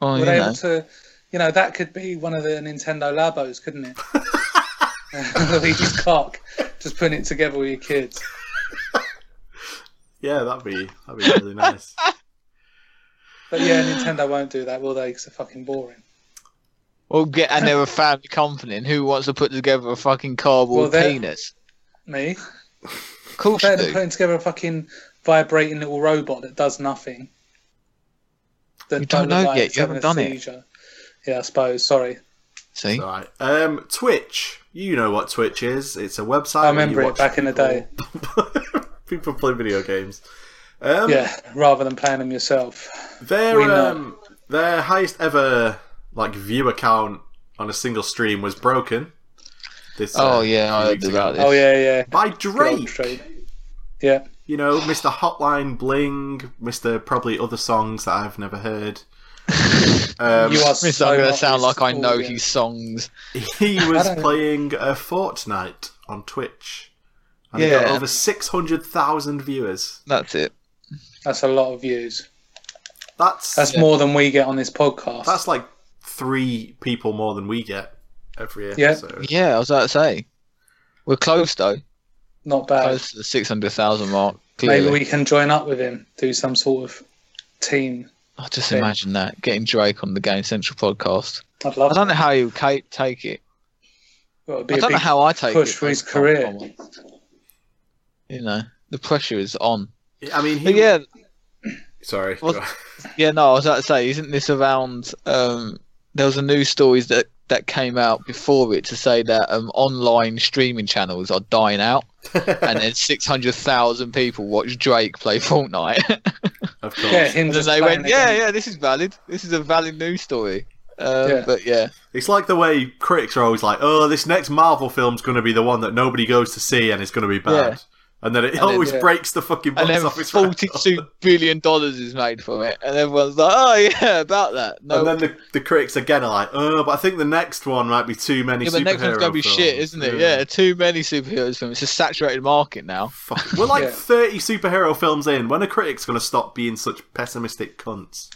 Oh, you We're know. able to. You know that could be one of the Nintendo Labos, couldn't it? Luigi's cock. Just putting it together with your kids. Yeah, that'd be that'd be really nice. But yeah, Nintendo won't do that, will they? Because they're fucking boring. We'll get and they're a family company. And who wants to put together a fucking Well, cardboard they're- penis? Me. Of course Better you than do. putting together a fucking vibrating little robot that does nothing. That You don't look know yet, it's you haven't having a done it. seizure. Yeah, I suppose. Sorry. See, All right, um, Twitch. You know what Twitch is? It's a website. I where you remember it watch back in the day. people- people play video games. Um, Yeah, rather than playing them yourself. We Their know. um, their highest ever like viewer count on a single stream was broken. This Oh, uh, yeah, few I heard weeks ago. about this. Oh yeah, yeah. by Good old Drake. Drake. Yeah. You know, Mr. Hotline Bling, Mr. Probably other songs that I've never heard. Um, You are Miss, so I'm gonna not sound like I listenable, know yeah. his songs. he was I don't- playing uh, Fortnite on Twitch. And he Yeah. got over six hundred thousand viewers. That's it. That's a lot of views. That's that's, That's more than we get on this podcast. like three people more than we get every year. Yeah. so- Yeah, I was about to say. We're close though, not bad. close to the six hundred thousand mark. Clearly, Uh, Maybe we can join up with him, do some sort of team. I just imagine that getting Drake on the Game Central podcast. I'd love I don't know how he would ca- take it. It would be I a don't know big- how I take push it. for his though, career. Tom, Tom. You know, the pressure is on. I mean, he, But yeah, Sorry. Well- yeah. No, I was about to say, isn't this around? Um, there was a news stories that that came out before it to say that um, online streaming channels are dying out, and then six hundred thousand people watch Drake play Fortnite, of course. Yeah, him and then just they went, playing "Yeah, again. yeah, this is valid. This is a valid news story." Um, Yeah. But yeah, It's like the way critics are always like, "Oh, this next Marvel film's going to be the one that nobody goes to see, and it's going to be bad." Yeah. And then it then- always yeah. breaks the fucking box and then office. forty-two record. billion dollars is made from it, and everyone's like, "Oh yeah, about that." No, And then the, the critics again are like, "Oh, but I think the next one might be too many Yeah, superhero but next one's gonna be films." shit, isn't it? Yeah. too many superheroes films. It's a saturated market now. Fuck. We're like Yeah. 30 superhero films in. When are critics going to stop being such pessimistic cunts?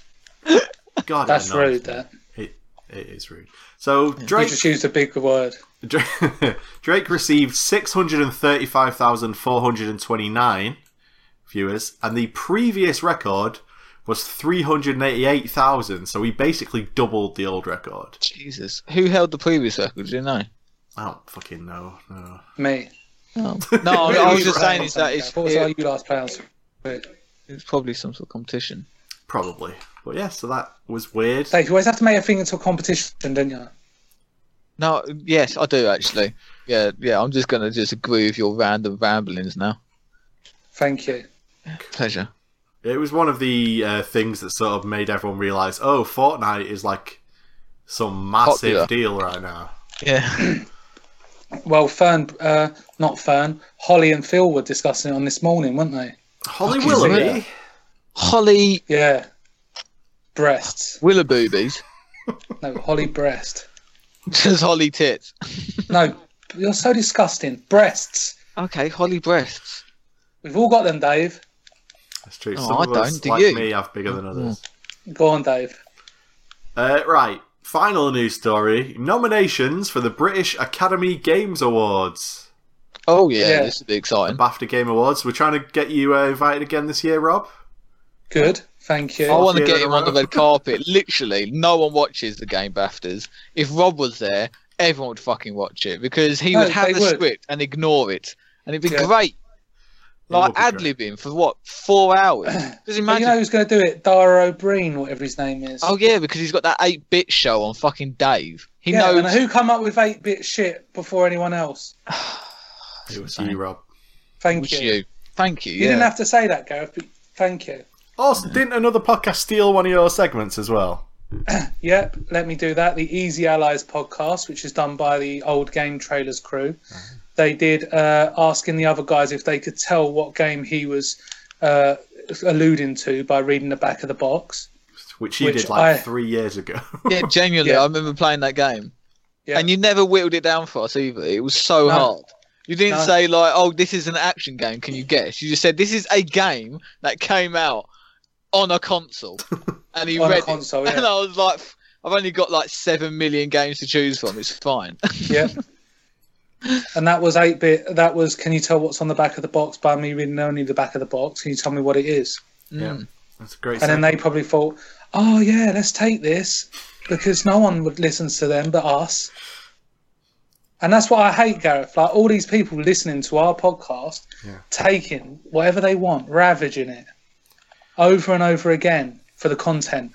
God, it That's annoys rude, me. that. It, it is rude. So You Drake just used a big word. Drake, Drake received 635,429 viewers, and the previous record was 388,000, so he basically doubled the old record. Jesus, who held the previous record? Do you know? I don't fucking know. No. Me. No, no I was just saying is that it's, What was our it, you last play on Switch? it's probably some sort of competition. Probably. But yeah, so that was weird. Dave, you always have to make a thing into a competition, don't you? No, yes, I do actually. Yeah, yeah. I'm just gonna just agree with your random ramblings now. Thank you. Pleasure. It was one of the uh, things that sort of made everyone realise oh, Fortnite is like some massive Popular. deal right now. Yeah. Well, Fern, uh, not Fern, Holly and Phil were discussing it on this morning, weren't they? Holly Fucking Willoughby? yeah. Holly Yeah. Breasts. Willaboobies No, Holly breast. says Holly tits. No, you're so disgusting. Breasts. Okay, Holly breasts. We've all got them, Dave. That's true. Oh, Some I of us, don't, do like you? Mm-hmm. me, have bigger than others. Go on, Dave. Uh, right, final news story: nominations for the British Academy Games Awards, Oh yeah, Yeah. this would be exciting. BAFTA Game Awards. We're trying to get you uh, invited again this year, Rob. Good. Thank you. I want to Yeah, get him on no. the red carpet. Literally, no one watches the game BAFTAs. If Rob was there, everyone would fucking watch it because he No, would have they the would. script and ignore it, and it'd be Yeah. great. Like would be great. ad libbing for what four hours? Just But imagine. you know who's going to do it? Dara O'Brien, whatever his name is. oh yeah, because he's got that eight bit show on fucking Dave. He yeah, knows. and who come up with eight bit shit before anyone else? It was Same. you, Rob. Thank Thank you. you. Thank you. You didn't yeah. have to say that, Gareth. But thank you. Also, didn't another podcast steal one of your segments as well? Yep, let me do that. The Easy Allies podcast, which is done by the old game trailers crew, Uh-huh. they did uh, asking the other guys if they could tell what game he was uh, alluding to by reading the back of the box. Which you Which did like I- three years ago. Yeah, genuinely, Yeah. I remember playing that game. Yeah. And you never whittled it down for us either. It was so No. hard. You didn't No. say like, "Oh, this is an action game. Can you guess?" You just said, "This is a game that came out on a console," and he On a read console, it. yeah. And I was like, "F- "I've only got like seven million games to choose from. It's fine." Yep. and that was 8 bit. That was, can you tell what's on the back of the box by me reading only the back of the box? Can you tell me what it is? Mm. yeah, that's a great. And then segment. they probably thought, oh, yeah, let's take this because no one would listen to them but us. And that's what I hate, Gareth. Like all these people listening to our podcast, Yeah. taking whatever they want, ravaging it over and over again for the content.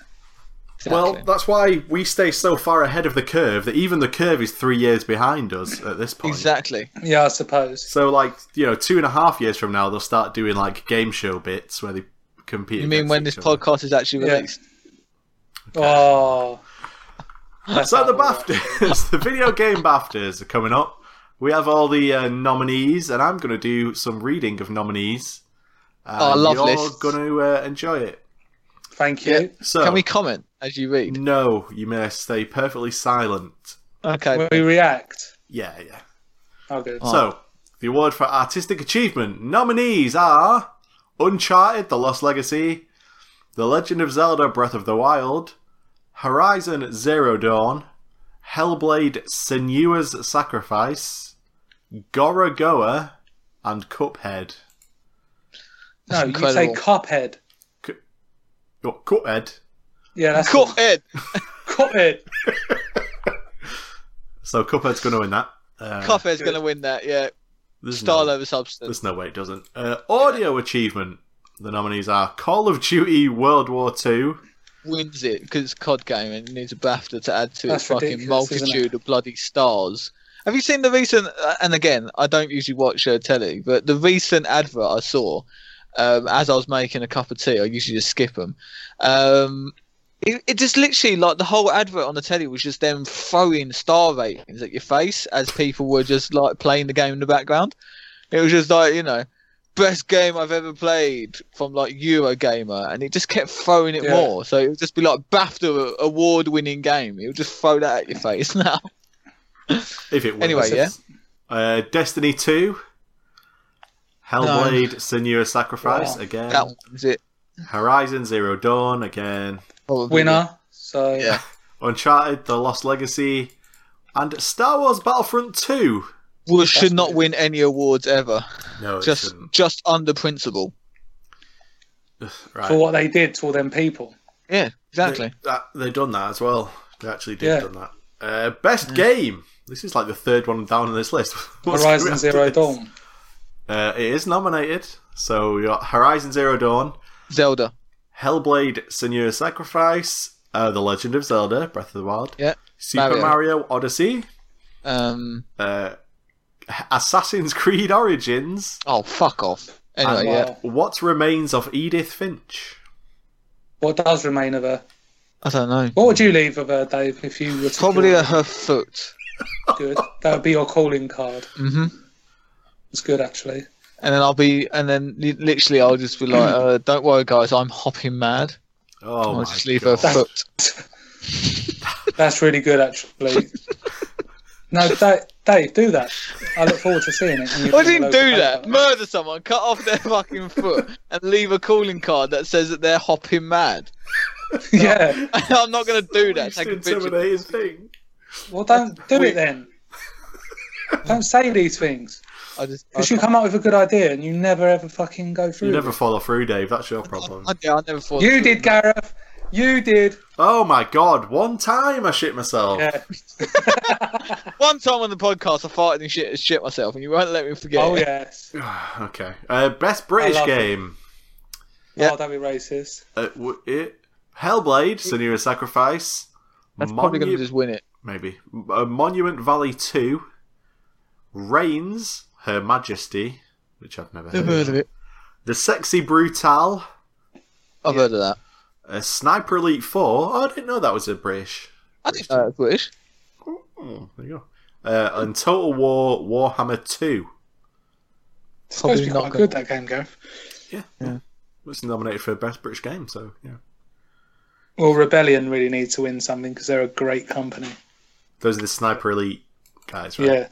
Well, Exactly. that's why we stay so far ahead of the curve that even the curve is three years behind us at this point. exactly. Yeah, I suppose. So, like, you know, two and a half years from now, they'll start doing like game show bits where they compete. You mean against when each this other. podcast is actually Yeah. released? Oh. That's So the not all right. BAFTAs, the video game BAFTAs are coming up. We have all the uh, nominees, and I'm going to do some reading of nominees. And Oh, I love You're lists. going to uh, enjoy it. Thank you. So, Can we comment as you read? No, you may stay perfectly silent. Okay. We react. Yeah, yeah. Oh, good. So, the award for artistic achievement nominees are Uncharted: The Lost Legacy, The Legend of Zelda: Breath of the Wild, Horizon Zero Dawn, Hellblade: Senua's Sacrifice, Gora Goa, and Cuphead. no, you say incredible. Cuphead. Oh, Cuphead. Yeah, that's Cut Ed. Cuphead. So Cuphead's going to win that. Uh, Cuphead's Good. going to win that. Yeah. there's no- Style over substance. There's no way it doesn't. Uh, audio achievement. The nominees are Call of Duty World War Two. wins it because it's COD game and it needs a BAFTA to add to That's its fucking ridiculous, isn't it? multitude of bloody stars. Have you seen the recent? uh, And again, I don't usually watch uh, telly, but the recent advert I saw um, as I was making a cup of tea, I usually just skip them. Um, it, it just literally like the whole advert on the telly was just them throwing star ratings at your face as people were just like playing the game in the background. It was just like you know, best game I've ever played from like Eurogamer, and it just kept throwing it Yeah. more. So it would just be like BAFTA award-winning game. It would just throw that at your face now. If it wins. Anyway, yeah. Uh, Destiny 2, Hellblade, Senua's Sacrifice, Wow. again. That one's it. Horizon Zero Dawn, again. Probably. Winner. So Yeah. Uncharted, The Lost Legacy, and Star Wars Battlefront 2. Well, should That's not good. win any awards ever. No, it Just, shouldn't. just under principle. Right. for what they did to all them people. Yeah, exactly. They, that, they've done that as well. They actually did Yeah. done that. Uh, best game. This is like the third one down on this list. What's Horizon after Zero this? Dawn. Uh, it is nominated. So we got Horizon Zero Dawn, Zelda. Hellblade: Senua's Sacrifice, uh, The Legend of Zelda: Breath of the Wild, Yeah. Super Mario, Mario. Odyssey, Um. uh, Assassin's Creed Origins, Oh, fuck off. Anyway, uh, And yeah. Wow. What Remains of Edith Finch. What does remain of her? I don't know. What would you leave of her, Dave, if you were to Probably draw a her foot. it? good? That would be your calling card. hmm It's good actually. And then I'll be, and then li- literally I'll just be like, uh, "Don't worry, guys, I'm hopping mad." Oh, I'll my just leave God. her foot. That's really good actually. no, Dave, Dave, do that. I look forward to seeing it. when you I bring didn't the local do that. paper. Murder someone, cut off their fucking foot, and leave a calling card that says that they're hopping mad. yeah. I'm not going to do that. Least Take a picture. intimidating thing. Well, don't do we- it then. don't say these things I just. I, because you come up with a good idea and you never ever fucking go through. You with never follow through, Dave. That's your problem. I, yeah, I never thought. it. You did, Gareth. You did. Oh my god! One time I shit Oh. myself. Yeah. One time on the podcast, I farted and shit, shit myself, and you won't let me forget. Oh it. yes. okay. Uh, best British I love it. game. Yeah. Oh, don't be racist. Uh, w- it, Hellblade: Senua's Sacrifice. That's probably going to Monu- just win it. maybe uh, Monument Valley Two. Reigns, Her Majesty, which I've never heard. Never heard of it. The Sexy Brutal. I've heard of that. Uh, Sniper Elite Four. Oh, I didn't know that was a British. I didn't Uh, know it was British. Oh, there you go. Uh, and Total War Warhammer Two It's supposed to be Probably quite not good that game, Gareth. was nominated for Best British Game. So yeah, Well, Rebellion really need to win something because they're a great company. those are the Sniper Elite guys, right? Yeah.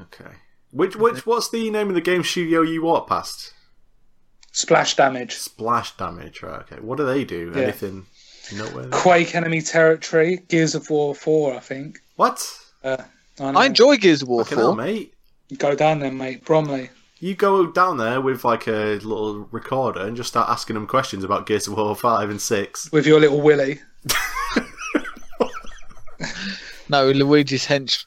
Okay. Which which what's the name of the game studio you walk past? Splash damage. Splash Damage, right? Okay. What do they do? Yeah. Anything? Nowhere. Quake enemy territory. Gears of War four, I think. What? Uh, know. I enjoy Gears of War Fucking hell, 4. mate. Go down there, mate. Bromley. You go down there with like a little recorder and just start asking them questions about Gears of War Five and Six. with your little willy. No, Luigi's hench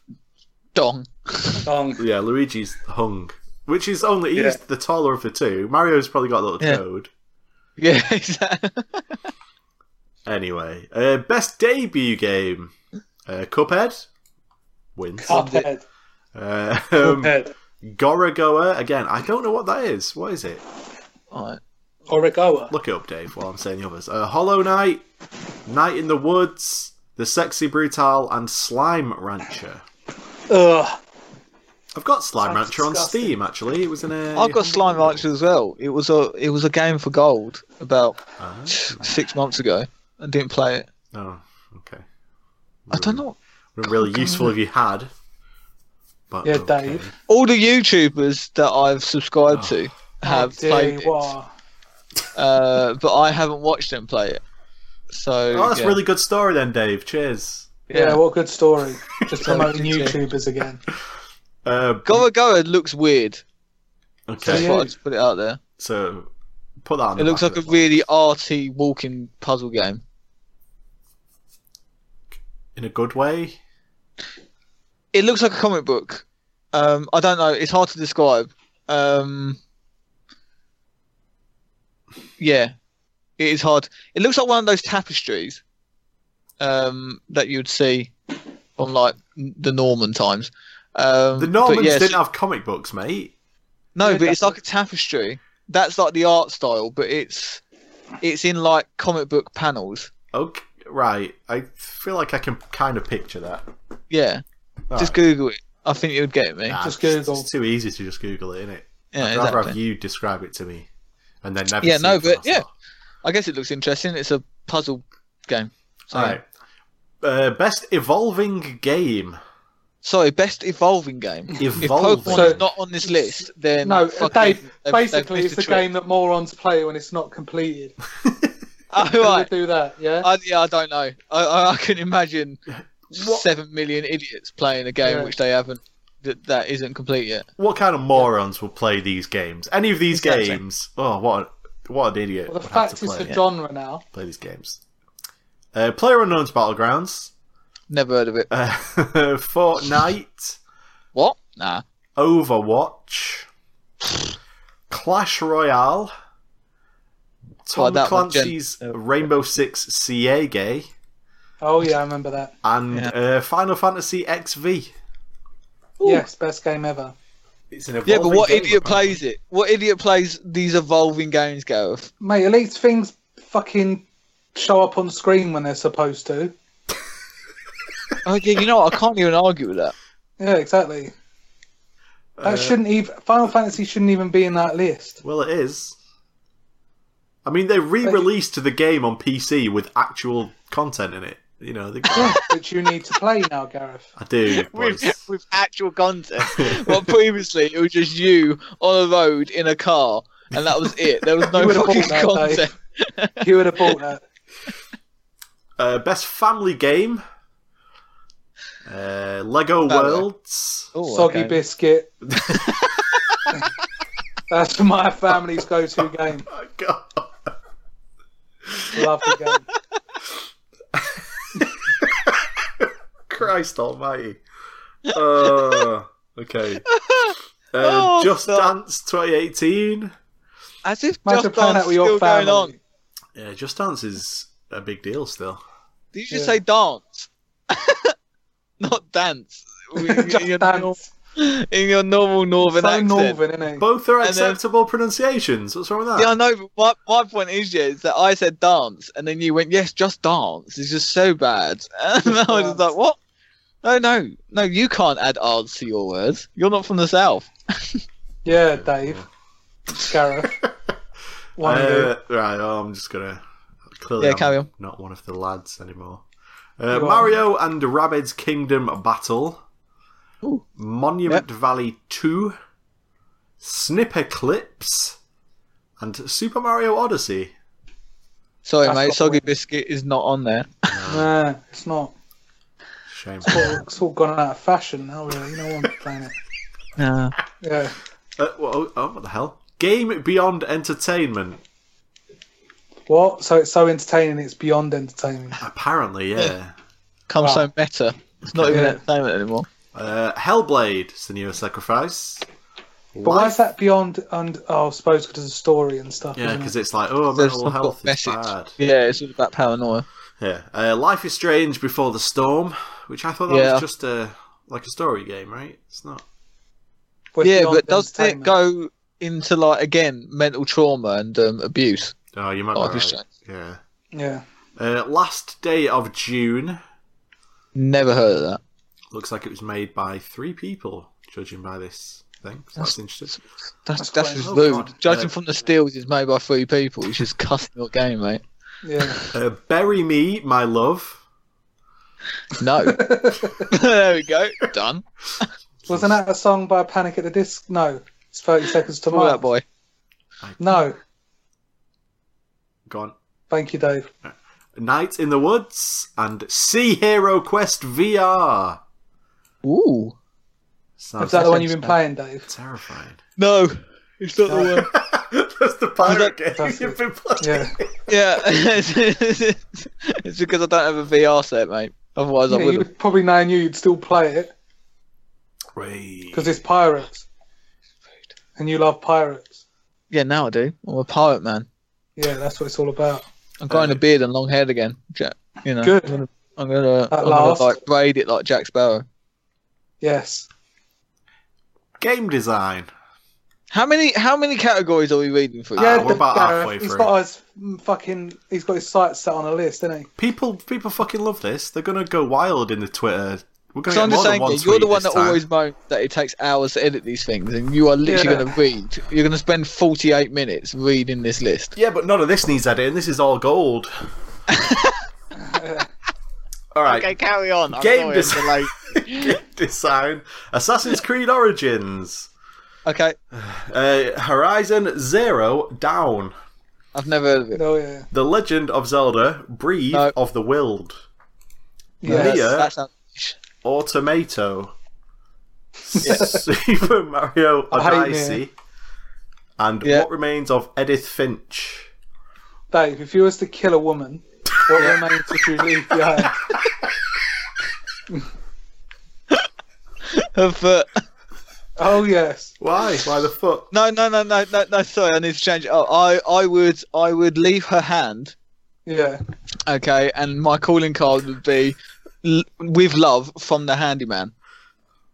dong. Dong. Yeah, Luigi's hung, which is only he's Yeah. the taller of the two. Mario's probably got a little Yeah. toad. Yeah, exactly. Anyway, uh, best debut game. Uh, Cuphead wins. Cuphead. Uh, um, Cuphead. Gorogoa again. I don't know what that is. What is it? Alright. Origoa. Look it up, Dave. While I'm saying the others, uh, Hollow Knight, Night in the Woods, The Sexy Brutal, and Slime Rancher. Ugh. I've got Slime Sounds Rancher disgusting. on Steam. Actually, it was in a. I've got Slime Rancher as well. It was a it was a game for gold about Ah, six months ago. I didn't play it. oh, okay. I don't know. Would've been Really useful if you had. But Yeah, okay. Dave. All the YouTubers that I've subscribed to have Oh, dear, played it, wah. uh, but I haven't watched them play it. So Oh, that's yeah. really good story then, Dave. Cheers. Yeah, what a good story. Just promoting Yeah. YouTubers again. Uh, Goa Goa looks weird. That's okay, Yeah. why I just put it out there. so put that. On the It looks back like of a it. really arty walking puzzle game. in a good Mm, way. It looks like a comic book. Um, I don't know. It's hard to describe. Um, yeah, it is hard. It looks like one of those tapestries um, that you would see on like the Norman times. Um, The but Normans yes- didn't have comic books, mate. No, Yeah, but it's that's- like a tapestry. That's like the art style, but it's it's in like comic book panels. Okay, right. I feel like I can kind of picture that. Yeah, All just right. Google it. I think you would get me. Nah, Just it's- Google. It's too easy to just Google it, innit? yeah, I'd rather exactly. have you describe it to me, and then never. Yeah, see no, it for but- yeah. myself. I guess it looks interesting. It's a puzzle game. So, All right. Uh, best evolving game. Sorry, best evolving game. If Evolving. Pokemon So- is not on this list, then No, fucking- Dave, they've- basically, they've it's the missed a game that morons play when it's not completed. trick. Who Oh, would right. do that, yeah? I, yeah, I don't know. I, I, I can imagine What- seven million idiots playing a game Yeah. which they haven't that, that isn't complete yet. What kind of morons will play these games? Any of these Exactly. games? Oh, what a- what an idiot! well, the would have fact to is play, the genre now. play these games. Uh, Player Unknown's Battlegrounds, Never heard of it. uh, Fortnite, What? Nah. Overwatch, Clash Royale, Well, Tom that one, Jen- Clancy's uh, Rainbow Six Siege, Oh, yeah, I remember that. and Yeah. uh, Final Fantasy XV. Ooh. Yes, best game ever. It's an Yeah, but evolving what game, idiot apparently. plays it? What idiot plays these evolving games, Gareth? Mate, at least things fucking show up on screen when they're supposed to. Oh yeah, you know what? I can't even argue with that. Yeah, exactly. That Uh, shouldn't even Final Fantasy shouldn't even be in that list. Well, it is. I mean, they re-released the game on PC with actual content in it. You know, they, Yeah, I which you need to play now, Gareth. do. with, boys. with actual content. well, previously it was just you on a road in a car, and that was it. There was no You would've fucking bought that, content. You would have bought that. Uh, best family game. Uh, Lego Family. Worlds. Oh, Soggy okay. biscuit. That's my family's go-to game. Oh, God. Love the game. Christ Almighty. Uh, okay. Uh, Oh, Just God. Dance 2018. As if Imagine Just playing Dance that is with your still going family. on. Yeah, Just Dance is a big deal still. Did you just Yeah. say dance? Not dance. In your- Just in, your dance. nor- in your normal northern so accent. northern, isn't it? Both are And then- acceptable pronunciations. What's wrong with that? Yeah, I know. But my, my point is, yeah, is that I said dance, and then you went, yes, just dance. It's just so bad. And I was dance. just like, what? No, no, no. You can't add R's to your words. You're not from the south. Yeah, Dave. Gareth. One of you. Uh, right, oh, I'm just gonna clearly Yeah, I'm carry on. not one of the lads anymore. Uh, You are. Mario and Rabbids Kingdom Battle, Ooh. Monument Valley Two, Snipper Clips, and Super Mario Odyssey. Sorry, That's mate. not Soggy weird. biscuit is not on there. Nah, it's not. Shame. Uh, It's all, it's all gone out of fashion now, really. No one's playing it. Nah. Yeah. uh, wha- oh, what the hell? Game Beyond Entertainment. What? So it's so entertaining, it's beyond entertaining. Apparently, yeah. Comes Wow. so meta. It's not even Yeah. entertainment anymore. Uh, Hellblade: Senua's Sacrifice. But why is that beyond? And oh, I suppose because of the story and stuff. Yeah, isn't because it's like, oh, There's mental some health sort is of message. bad. Yeah, it's all about paranoia. Yeah, uh, Life is Strange Before the Storm, which I thought that Yeah. was just a like a story game, right? It's not. it? Well, it's yeah, beyond but does it entertainment. go into like again mental trauma and um, abuse? Oh, you might Oh, be just right. Yeah. Yeah. Uh, Last Day of June Never heard of that. looks like it was made by three people, judging by this thing. So that's interesting. That's That's that's, quite- just oh, rude. God. Judging Yeah. from the steals it's made by three people, it's just cussing your game, mate. Yeah. Uh, Bury Me, My Love. No. there we go. Done. Wasn't that a song by Panic at the Disc? No. It's 30 Seconds to All that Mars. boy. No. Gone. Thank you, Dave. Night in the Woods and Sea Hero Quest VR. Ooh. Sounds Is that the one Seconds you've been to playing, Dave? terrifying. No. It's not the No. one. that's the pirate game That's you've it. been playing. Yeah. Yeah. it's because I don't have a VR set, mate. Otherwise I Yeah, would you have. would probably know you, you'd still play it Ray. because it's pirates, and you love pirates. Yeah, now I do. I'm a pirate man. Yeah, that's what it's all about. I'm growing Uh, a beard and long hair again. Ja- You know. Good. I'm gonna, I'm gonna, I'm last. gonna like braid it like Jack Sparrow. Yes. Game design. How many how many categories are we reading through? Yeah, Yeah, we're Uh, about Gareth, halfway he's through. got his mm, fucking. He's got his sights set on a list, isn't he? People, people fucking love this. They're gonna go wild in the Twitter. We're gonna So get more I'm just than saying, one yeah, you're the tweet one this that time. always moans that it takes hours to edit these things, and you are literally Yeah. going to read. You're going to spend 48 minutes reading this list. Yeah, but none of this needs editing. This is all gold. all right, carry on. game design. game design. Assassin's Creed Origins. Okay, Uh, Horizon Zero Down. I've never heard of it. Oh yeah. The Legend of Zelda. Breathe No. of the Wild. Yes. Mia. That sounds- Automato. Super Mario I hate Odyssey. Mia. And Yeah. what remains of Edith Finch? Dave, if you was to kill a woman, what remains would you leave behind? Her foot. Oh yes. Why? Why the fuck? No, no, no, no, no, no. Sorry, I need to change. it. Oh, I, I would, I would leave her hand. Yeah. Okay, and my calling card would be, l- with love from the handyman.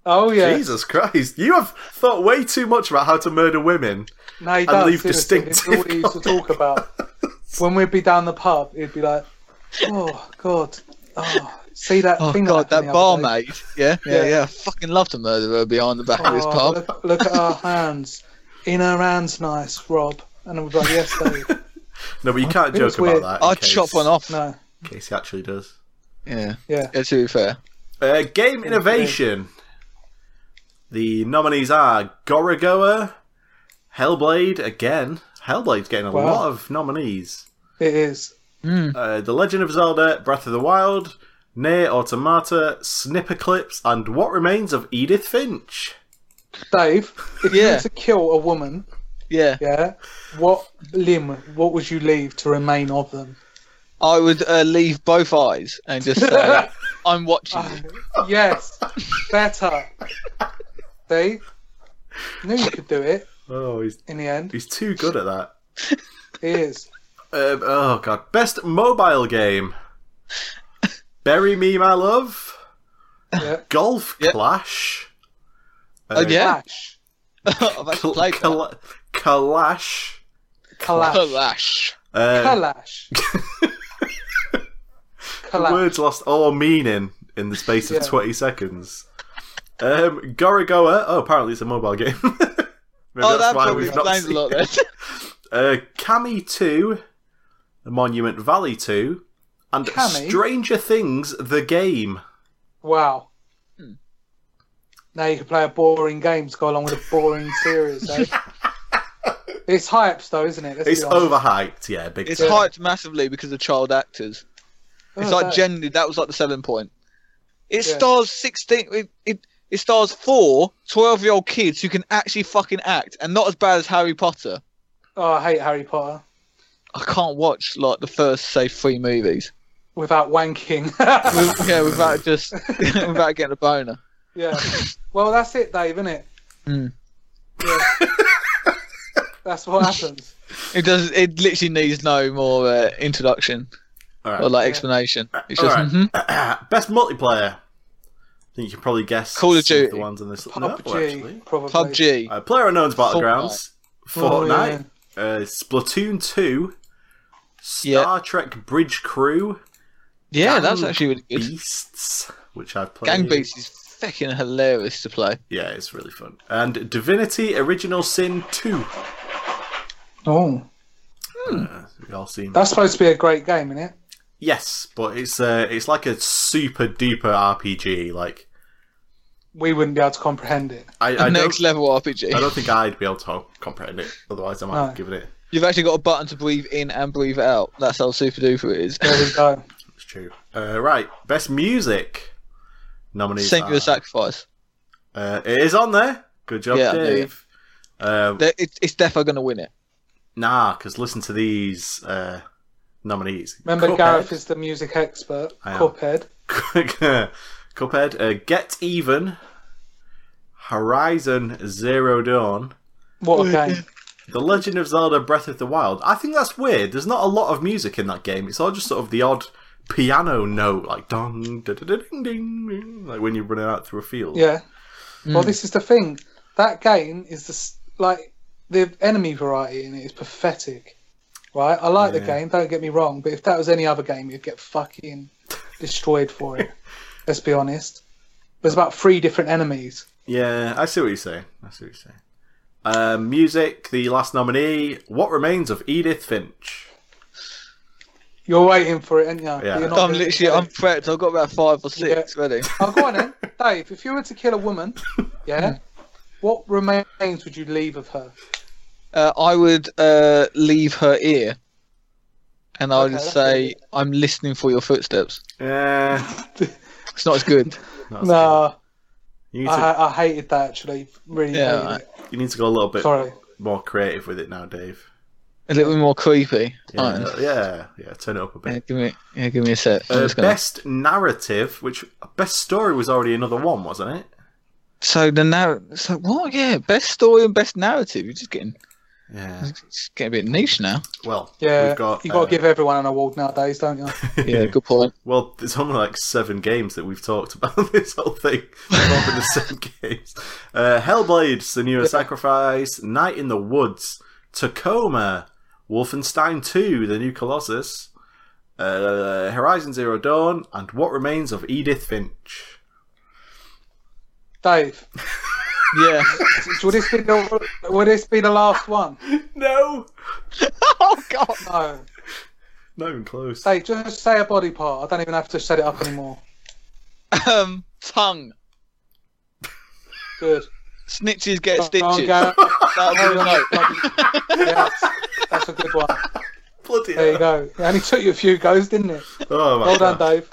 Oh yeah. Jesus Christ, you have thought way too much about how to murder women. No, he And does. leave seriously, It's all distinctive he used to talk about. when we'd be down the pub, he'd be like, "Oh God, oh, see that Oh thing God, happened that the other day? barmaid. Yeah, yeah, Yeah. yeah, I fucking love to murder her behind the back of this Oh, pub. Look, look at our hands. In our hands, nice, Rob. And then we'd be like, yes, Dave. No, but you can't It joke was weird. about that. in I'd case- chop one off. No, In case he actually does. Yeah. yeah. Yeah, to be fair. Uh, game innovation. The nominees are Gorogoa, Hellblade again. Hellblade's getting a Wow. lot of nominees. It is. Mm. Uh, the Legend of Zelda, Breath of the Wild, Near Automata, Snipper Clips, and What Remains of Edith Finch. Dave, if you Yeah. were to kill a woman, Yeah. yeah, what limb, what would you leave to remain of them? I would uh, leave both eyes and just say, "I'm watching you." yes, better. See? Knew you could do it Oh, he's in the end. he's too good at that. He is. Um, oh god, best mobile game. Bury Me, My Love. Yeah. Golf Yeah. Clash. Uh, Oh, yeah. Clash. Ah. I've Cl- actually played that. Cla- Clash. Clash. Clash. Uh, Clash. the Clash. words lost all meaning in the space of Yeah. 20 seconds. Um, Gorogoa. Oh, apparently it's a mobile game. Maybe oh, that probably we've explains a seen lot. it. Then. Uh, Kami 2, Monument Valley 2, and Kami? Stranger Things The Game. Wow. Hmm. Now you can play a boring game to go along with a boring series. Eh? it's hyped though, isn't it? Let's It's be honest. overhyped, yeah, big It's time. hyped massively because of child actors. Oh, It's like that- generally that was like the selling point. It Yeah. stars sixteen. It, it it stars four 12 year old kids who can actually fucking act and not as bad as Harry Potter. Oh, I hate Harry Potter I can't watch like the first say three movies. without wanking. With- yeah, without just without getting a boner. yeah. Well, that's it, Dave, isn't it? Hmm. Yeah. that's what happens. It does. It literally needs no more uh, introduction All right. or like Yeah. explanation. It's All just right. mhm. Best multiplayer. I think you can probably guess Call of some Duty. the ones on this. No, PUBG, actually. probably. PUBG. Uh, Player Unknown's Battlegrounds, Oh, yeah. Fortnite, uh, Splatoon 2, Star Yeah. Trek Bridge Crew, yeah, Gang that's actually really good. Beasts, which I've played. Gang Beasts is fucking hilarious to play. Yeah, it's really fun. And Divinity Original Sin 2. Oh, Hmm. Uh, we all seen that's supposed to be a great game, isn't it? Yes, but it's uh, it's like a super duper RPG. Like We wouldn't be able to comprehend it. I, A I next don't, level I RPG. don't think I'd be able to comprehend it. Otherwise, I might No. have given it. You've actually got a button to breathe in and breathe out. That's how super duper it is. There we go. It's true. Uh, right, best music nominees. Singular are- sacrifice. Uh, it is on there. Good job, Yeah, Dave. Uh, There- it- It's definitely going to win it. nah, because listen to these uh, nominees. Remember, Cuphead. Gareth is the music expert. I am. Cuphead. Cuphead, uh, Get Even, Horizon Zero Dawn, What a game. The Legend of Zelda Breath of the Wild. I think that's weird. There's not a lot of music in that game. It's all just sort of the odd piano note, like dong, da da da ding ding, ding, like when you're running out through a field. Yeah. Well, Hmm. Mm. this is the thing. That game is the s- like the enemy variety in it is pathetic, right? I like the Yeah. game. Don't get me wrong, but if that was any other game, you'd get fucking destroyed for it. let's be honest. There's about three different enemies. Yeah, I see what you're saying. I see what you're saying. Uh, music, the last nominee, What Remains of Edith Finch. You're waiting for it, aren't you? Yeah. You're not I'm gonna literally, get I'm it. prepped. I've got about five or six ready. Oh, go on then, Dave. If you were to kill a woman, yeah, what remains would you leave of her? Uh, I would uh, leave her ear, and I would Okay, that's say, "I'm listening for your footsteps." Uh, It's not as good. that's good. No, You, need to, I, I hated that actually. Really Yeah, hated right. it. you need to go a little bit Sorry. more creative with it now, Dave. A little bit more creepy. Yeah, Alright. yeah, yeah, turn it up a bit. Yeah, give me, yeah, give me a sec. I'm Uh, just gonna- Best narrative, which best story was already another one, wasn't it? So the now, so what? Yeah, best story and best narrative. You're just getting, Yeah. it's getting a bit niche now. Well, Yeah, we've got. you got uh, to give everyone an award nowadays, don't you? Yeah, good point. Well, there's only like seven games that we've talked about this whole thing. They've all been the same games. Uh, Hellblade, The Newer Sacrifice, Night in the Woods, Tacoma, Wolfenstein 2, The New Colossus, uh, Horizon Zero Dawn, and What Remains of Edith Finch. Dave, Yeah. will this be the will this be the last one? No! oh God. No, Not even close. Dave, just say a body part. I don't even have to set it up anymore. Um, tongue. Good. Oh, Snitches get Go on, stitches. Gareth. That'll be the note. Yes, that's a good one. Bloody There you hell. go. It only took you a few goes, didn't it? Oh, my Well done, God. Dave.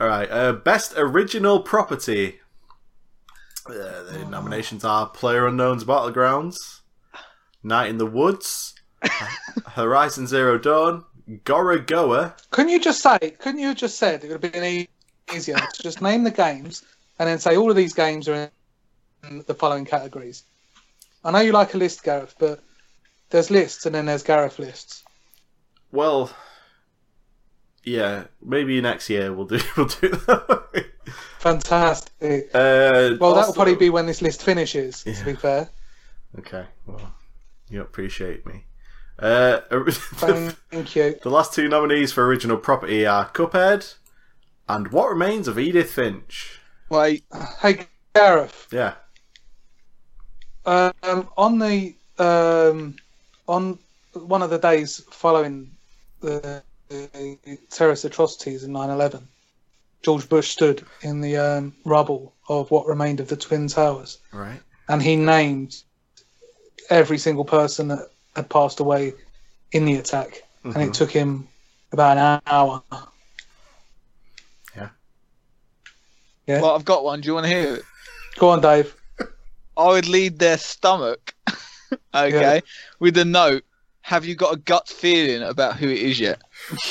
All right. Uh, best original property. Uh, the Oh. nominations are Player Unknown's Battlegrounds, Night in the Woods, Horizon Zero Dawn, Gorogoa. Couldn't you just say? Couldn't you have just said it would have been e- easier to just name the games and then say all of these games are in the following categories? I know you like a list, Gareth, but there's lists and then there's Gareth lists. Well, yeah, maybe next year we'll do we'll do that. Fantastic. uh, Well, that also- will probably be when this list finishes. Yeah. To be fair, okay. Well, you appreciate me. Uh, the, thank you. the last two nominees for original property are Cuphead and What Remains of Edith Finch. Wait, Hey, Gareth. Yeah. Um, on the um, on one of the days following the, the terrorist atrocities in 9/11, George Bush stood in the um, rubble of what remained of the twin towers, Right. and he named every single person that had passed away in the attack, and Mm-hmm. it took him about an hour. Yeah. well, I've got one. Do you want to hear it? Go on, Dave. I would lead their stomach, okay, Yeah. with a note. Have you got a gut feeling about who it is yet?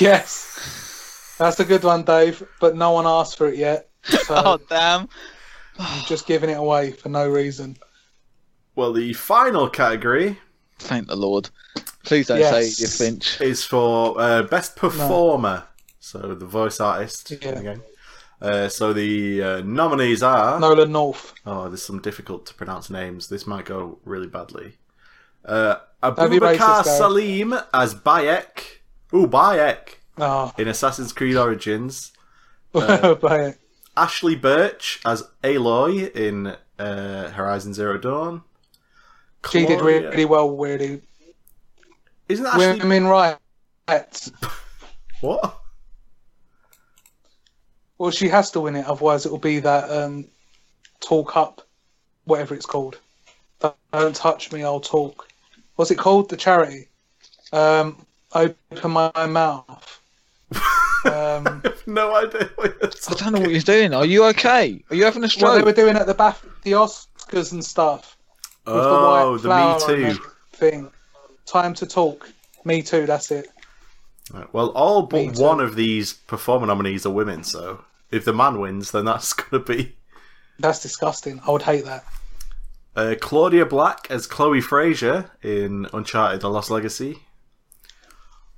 Yes, Mhm. that's a good one, Dave. But no one asked for it yet, so Oh damn! I'm just giving it away for no reason. Well, the final category Thank the Lord. Please don't Yes. say you Finch. is for uh, best performer. So the voice artist Yeah. in the game. Uh, so the uh, nominees are. Nolan North. Oh, there's some difficult to pronounce names. This might go really badly. Uh, be racist, Abubakar guys. Salim as Bayek. Ooh, Bayek Oh, in Assassin's Creed Origins. but Ashley Birch as Aloy in uh, Horizon Zero Dawn. she did Claudia- really, well, really. Isn't Ashley Women rights. what? Well, she has to win it, otherwise it will be that um, talk up, whatever it's called. Don't touch me, I'll talk. What's it called? The charity. Um, open my mouth. I Um, have no idea what you're I talking don't know what you're doing. Are you okay? Are you having a what stroke? they were doing at the Baf- the Oscars and stuff. With Oh, the, the, white flower Me and Too. thing. Time to talk. Me too. That's it. Right, Well, all Me but Too. one of these performer nominees are women, so if the man wins, then that's going to be That's disgusting. I would hate that. uh, Claudia Black as Chloe Fraser in Uncharted: The Lost Legacy.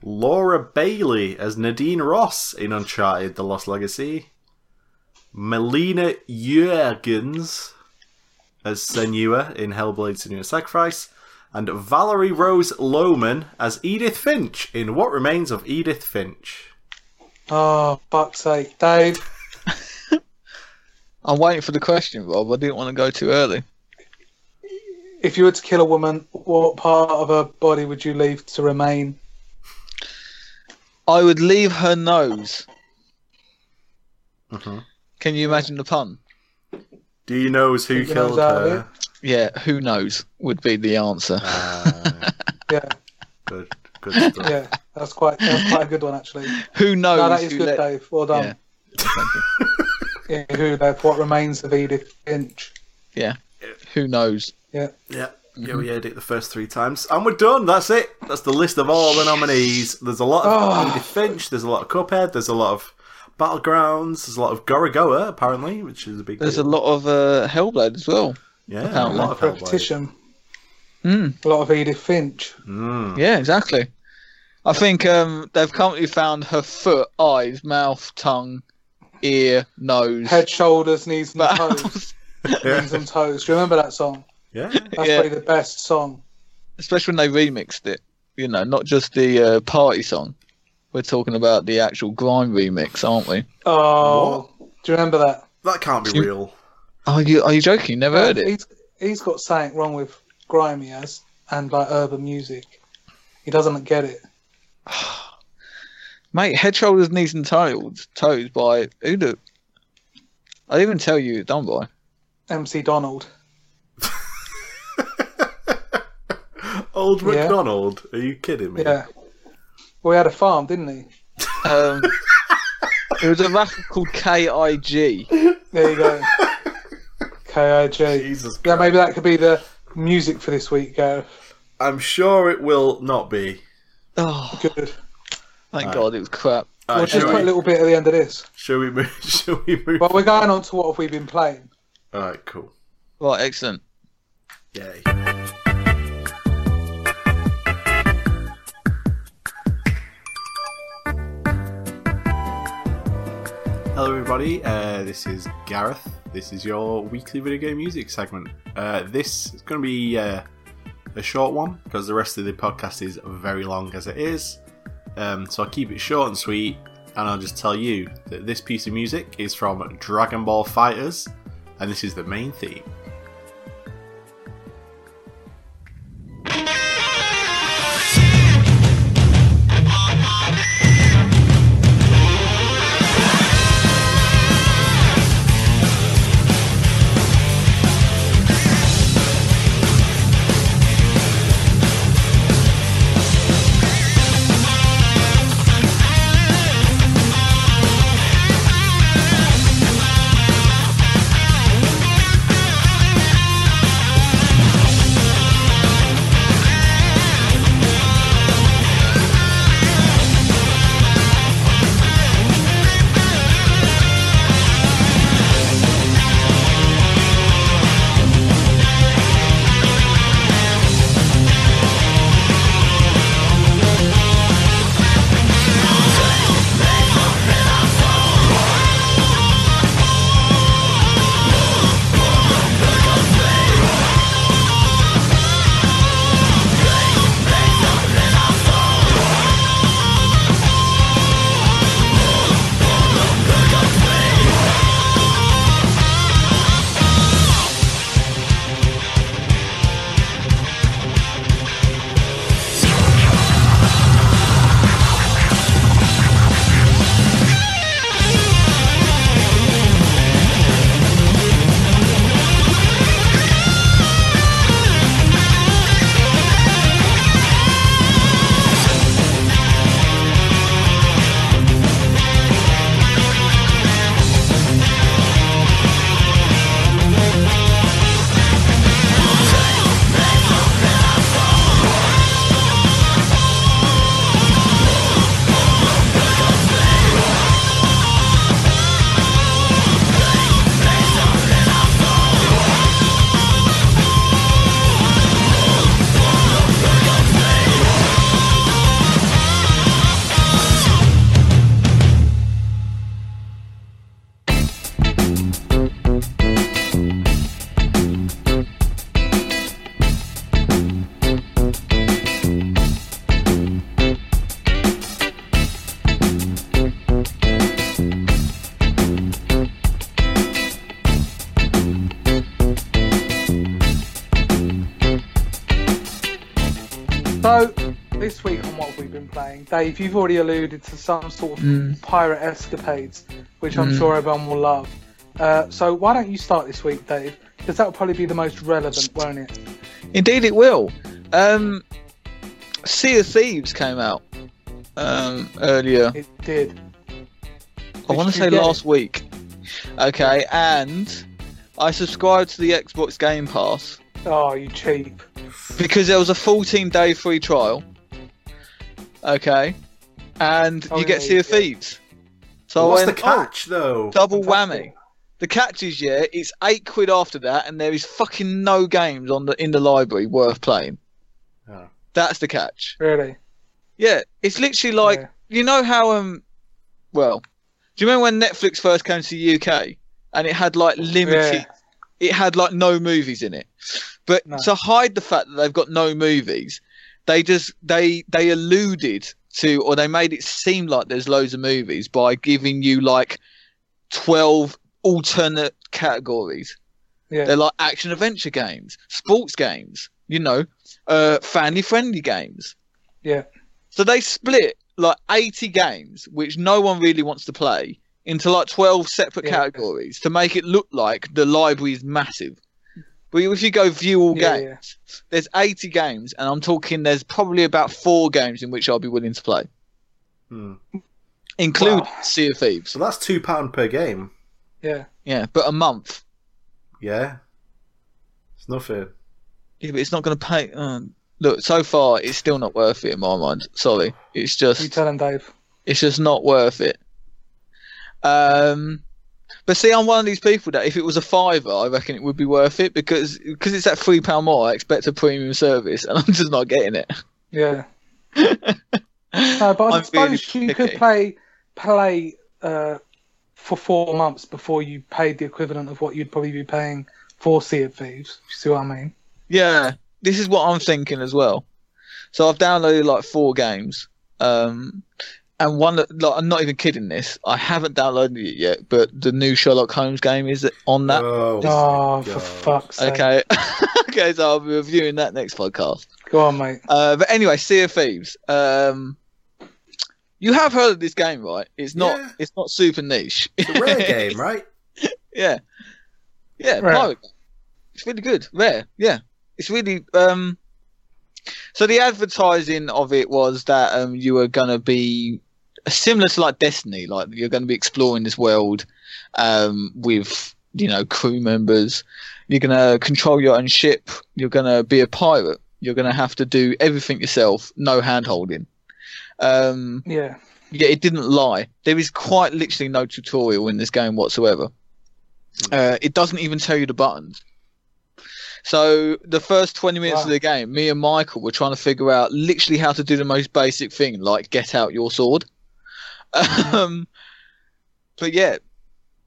Laura Bailey as Nadine Ross in Uncharted: The Lost Legacy. Melina Jurgens as Senua in Hellblade: Senua's Sacrifice, and Valerie Rose Lohman as Edith Finch in What Remains of Edith Finch. Oh, fuck's sake. Dave, I'm waiting for the question, Rob. I didn't want to go too early. if you were to kill a woman, what part of her body would you leave to remain? I would leave her nose. Mm-hmm. Mhm. Can you imagine the pun? Do you knows who Who knows killed out of her? Yeah, who knows would be the answer. Ah, Yeah, good, good stuff. yeah. That's quite that's quite a good one, actually. Who knows? No, that is who good, Oh, let- Dave. Well done. Yeah. who left? What remains of Edith Finch? Who knows? Yeah. Yeah, Mm-hmm. we heard it the first three times. And we're done. That's it. That's the list of all the nominees. There's a lot of Oh. Edith Finch, there's a lot of Cuphead, there's a lot of Battlegrounds, there's a lot of Gorogoa, apparently, which is a big There's a lot of uh, Hellblade as well. yeah, a apparently. lot of Hellblade. Repetition. Mm. A lot of Edith Finch. Mm. Yeah, exactly. I think um, they've currently found her foot, eyes, mouth, tongue, ear, nose. Head, shoulders, knees, and toes. But- knees and toes. Do you remember that song? Yeah. That's Yeah. probably the best song. especially when they remixed it. You know, not just the uh, party song. We're talking about the actual grime remix, aren't we? Oh, do you remember that? That can't be You- real. Are you Are you joking? You Never heard it. He's, he's got something wrong with grime, he has, and like urban music. He doesn't get it. Mate, head, shoulders, knees, and toes, toes by who do? I didn't even tell you it's done by. MC Donald. Old Yeah. McDonald. Are you kidding me? Yeah. Well, he had a farm, didn't he? Um, it was a rapper called KIG. There you go. KIG. Jesus Christ. Yeah, maybe that could be the music for this week, Gareth. I'm sure it will not be. Oh, Good. thank God it was crap. Uh, Just shall, put a we, little bit at the end of this. shall we move? Shall we move? But we're going on to what have we been playing. All right, cool. Right, excellent. Yay. Hello, everybody. Uh, this is Gareth. This is your weekly video game music segment. Uh, this is going to be uh, a short one because the rest of the podcast is very long as it is. Um, so I'll keep it short and sweet, and I'll just tell you that this piece of music is from Dragon Ball Fighters, and this is the main theme. So, this week on what have we been playing, Dave, you've already alluded to some sort of pirate escapades, which I'm sure everyone will love. Uh, so, why don't you start this week, Dave? Because that will probably be the most relevant, won't it? Indeed, it will. Um, sea of Thieves came out um, earlier. It did. I Did want you to say get it? last week. Okay, and I subscribed to the Xbox Game Pass Oh, you cheap. because there was a 14 day free trial. Okay, and Oh, you get yeah, Sea of yeah. Thieves. So What's I the went, catch, though? "Oh, double Fantastic. whammy. The catch is yeah, it's eight quid after that, and there is fucking no games on the in the library worth playing. Oh. That's the catch. Really? Yeah, it's literally like Yeah. you know how um, well, do you remember when Netflix first came to the UK and it had like limited, it had like no movies in it, but No. to hide the fact that they've got no movies, they just they they alluded to or they made it seem like there's loads of movies by giving you like twelve alternate categories. Yeah. They're like action adventure games, sports games, you know, uh, family friendly games. Yeah. So they split like 80 games, which no one really wants to play, into like 12 separate Yeah. categories to make it look like the library is massive. But if you go view all Yeah, games, there's 80 games, and I'm talking there's probably about four games in which I'll be willing to play. Hmm. include Wow. Sea of Thieves. So that's two pound per game. Yeah. Yeah, but a month. Yeah, it's nothing. Yeah, but it's not going to pay. Uh, look, so far it's still not worth it in my mind. Sorry, it's You just tell him, Dave. It's just not worth it. Um, but see, I'm one of these people that if it was a fiver, I reckon it would be worth it because because it's that three pound more. I expect a premium service, and I'm just not getting it. Yeah. No, but I I'm really suppose you could picky. play play uh, for four months before you paid the equivalent of what you'd probably be paying for Sea of Thieves. You see what I mean? Yeah, this is what I'm thinking as well. So I've downloaded like four games, um, and one. that- Like, I'm not even kidding. This I haven't downloaded it yet, but the new Sherlock Holmes game is on that. oh, Oh, my for God. fuck's sake. okay, okay. So I'll be reviewing that next podcast. Go on, mate. Uh, but anyway, Sea of Thieves. Um, you have heard of this game, right? It's not. Yeah. It's not super niche. It's a rare game, right? yeah, yeah. Rare. pirate game. It's really good. Rare. Yeah. It's really. Um, so the advertising of it was that um, you were gonna be similar to like Destiny, like you're gonna be exploring this world um, with you know crew members. You're gonna control your own ship. You're gonna be a pirate. You're gonna have to do everything yourself, no hand holding. Um, Yeah. yeah, it didn't lie. There is quite literally no tutorial in this game whatsoever. Uh, it doesn't even tell you the buttons. So the first 20 minutes of Wow. the game, me and Michael were trying to figure out literally how to do the most basic thing, like get out your sword. Um, but yeah,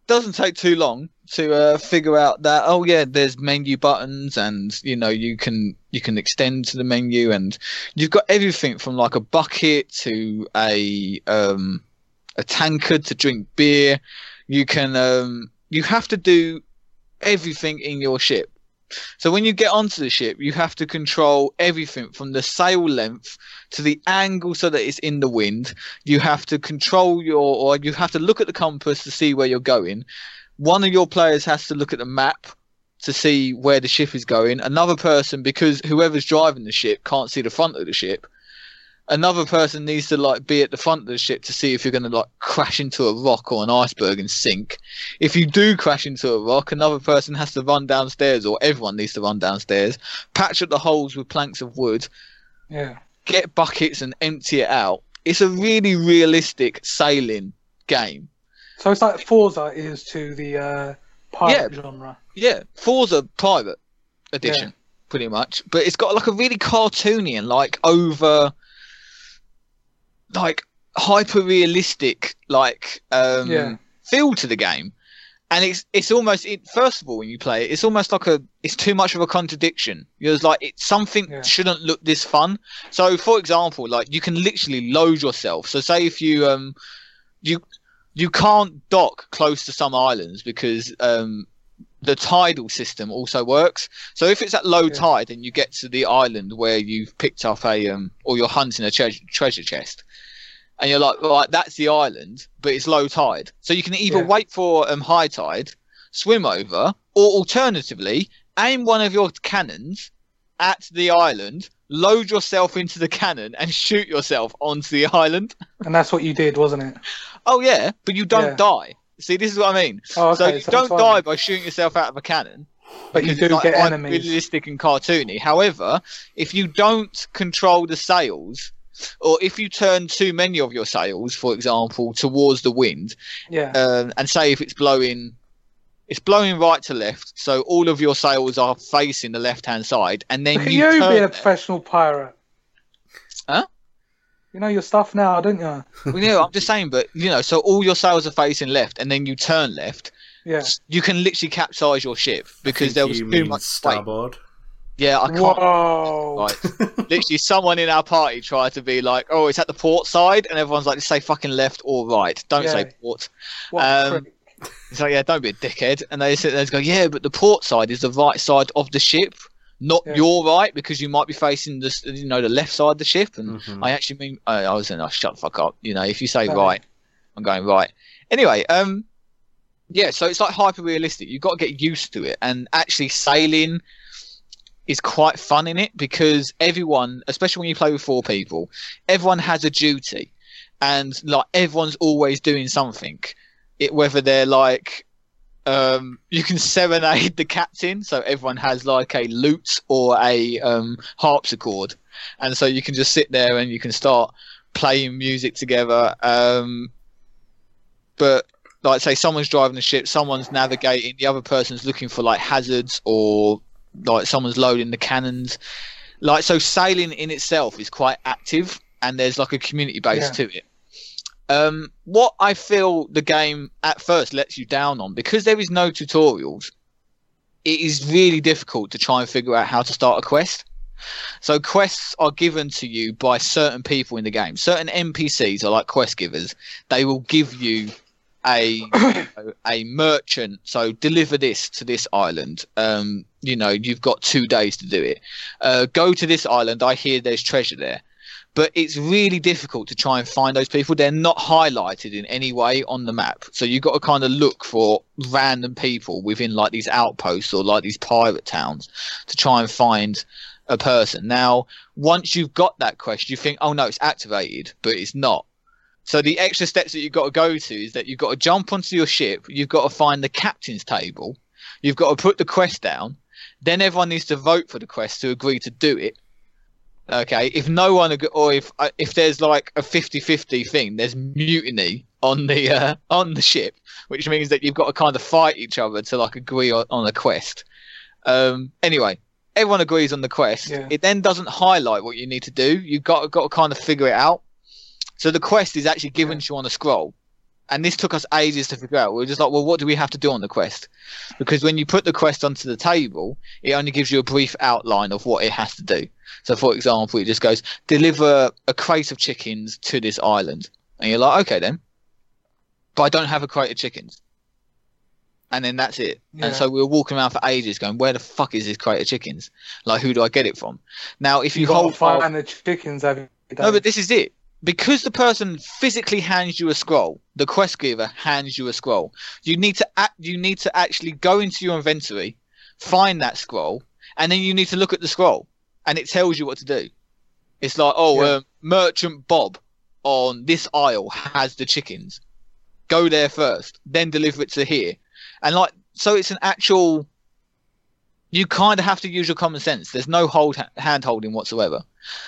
doesn't take too long to uh, figure out that. Oh yeah, there's menu buttons, and you know you can you can extend to the menu, and you've got everything from like a bucket to a um, a tankard to drink beer. You can um, you have to do everything in your ship. So when you get onto the ship, you have to control everything from the sail length to the angle so that it's in the wind. You have to control your or you have to look at the compass to see where you're going. One of your players has to look at the map to see where the ship is going. Another person, because whoever's driving the ship can't see the front of the ship, another person needs to like be at the front of the ship to see if you're going to like crash into a rock or an iceberg and sink. If you do crash into a rock, another person has to run downstairs, or everyone needs to run downstairs, patch up the holes with planks of wood, Yeah. get buckets and empty it out. It's a really realistic sailing game. So it's like Forza is to the uh, pirate genre. Yeah, Forza Private Edition, pretty much. But it's got like a really cartoony and like over, like hyper realistic, like um, Yeah. feel to the game. And it's it's almost it, first of all when you play it, it's almost like a it's too much of a contradiction. You're just like it's something Yeah. shouldn't look this fun. So for example, like you can literally load yourself. So say if you um you you can't dock close to some islands because um the tidal system also works. So if it's at low Yeah. tide and you get to the island where you've picked up a um or you're hunting a tre- treasure chest, and you're like, right, that's the island, but it's low tide. So you can either Yeah. wait for um high tide, swim over, or alternatively aim one of your cannons at the island, load yourself into the cannon, and shoot yourself onto the island. And that's what you did, wasn't it? Oh yeah, but you don't Yeah. die. See, this is what I mean. Oh, so okay. you so that's don't what I die mean. by shooting yourself out of a cannon. but you because do it's like get quite enemies. realistic and cartoony. However, if you don't control the sails, or if you turn too many of your sails, for example, towards the wind, Yeah. um, and say if it's blowing, it's blowing right to left, so all of your sails are facing the left-hand side, and then Look at you, you turn being a them. professional pirate. Huh? You know your stuff now, don't you? Well, no, I'm just saying, but you know, so all your sails are facing left, and then you turn left. Yeah. You can literally capsize your ship because Think there was you too mean much weight. starboard. Yeah, I can't. Whoa. Right. Literally, someone in our party tried to be like, "Oh, it's at the port side," and everyone's like, "Just say fucking left or right. Don't Yeah. say port." What a Um, prick. It's like, "Yeah, don't be a dickhead." And they sit there and go, "Yeah, but the port side is the right side of the ship, not Yeah. your right, because you might be facing the s- you know the left side of the ship." And Mhm. I actually mean, I, I was in. I shut the fuck up. You know, if you say Sorry. right, I'm going right. Anyway, um, yeah. So it's like hyper realistic. You've got to get used to it, and actually sailing is quite fun in it because everyone, especially when you play with four people, everyone has a duty. and like everyone's always doing something. It whether they're like um you can serenade the captain so everyone has like a lute or a um harpsichord and so you can just sit there and you can start playing music together um but like say someone's driving the ship someone's navigating the other person's looking for like hazards or like someone's loading the cannons like so sailing in itself is quite active and there's like a community base Yeah. to it um what i feel the game at first lets you down on because there is no tutorials it is really difficult to try and figure out how to start a quest so quests are given to you by certain people in the game certain npcs are like quest givers they will give you a a merchant so deliver this to this island um you know you've got two days to do it uh go to this island i hear there's treasure there but it's really difficult to try and find those people they're not highlighted in any way on the map so you've got to kind of look for random people within like these outposts or like these pirate towns to try and find a person now once you've got that quest you think oh no it's activated but it's not so the extra steps that you've got to go to is that you've got to jump onto your ship, you've got to find the captain's table, you've got to put the quest down, then everyone needs to vote for the quest to agree to do it. Okay, if no one ag- or if uh, if there's like a 50-50 thing, there's mutiny on the uh, on the ship, which means that you've got to kind of fight each other to like agree on, on a quest. Um, anyway, everyone agrees on the quest. Yeah. It then doesn't highlight what you need to do. You've got got to kind of figure it out. So the quest is actually given to you on a scroll. And this took us ages to figure out. We were just like, well, what do we have to do on the quest? Because when you put the quest onto the table, it only gives you a brief outline of what it has to do. So, for example, it just goes, deliver a crate of chickens to this island. And you're like, okay, then. But I don't have a crate of chickens. And then that's it. Yeah. And so we were walking around for ages going, where the fuck is this crate of chickens? Like, who do I get it from? Now, if you, You hold got fire. find the chickens every day. No, but uh, this is it. Because the person physically hands you a scroll, the quest giver hands you a scroll. You need to act, you need to actually go into your inventory, find that scroll, and then you need to look at the scroll, and it tells you what to do. It's like, oh, Yeah. um, merchant Bob on this aisle has the chickens. Go there first, then deliver it to here, and like so, it's an actual. You kind of have to use your common sense. There's no hold hand holding whatsoever.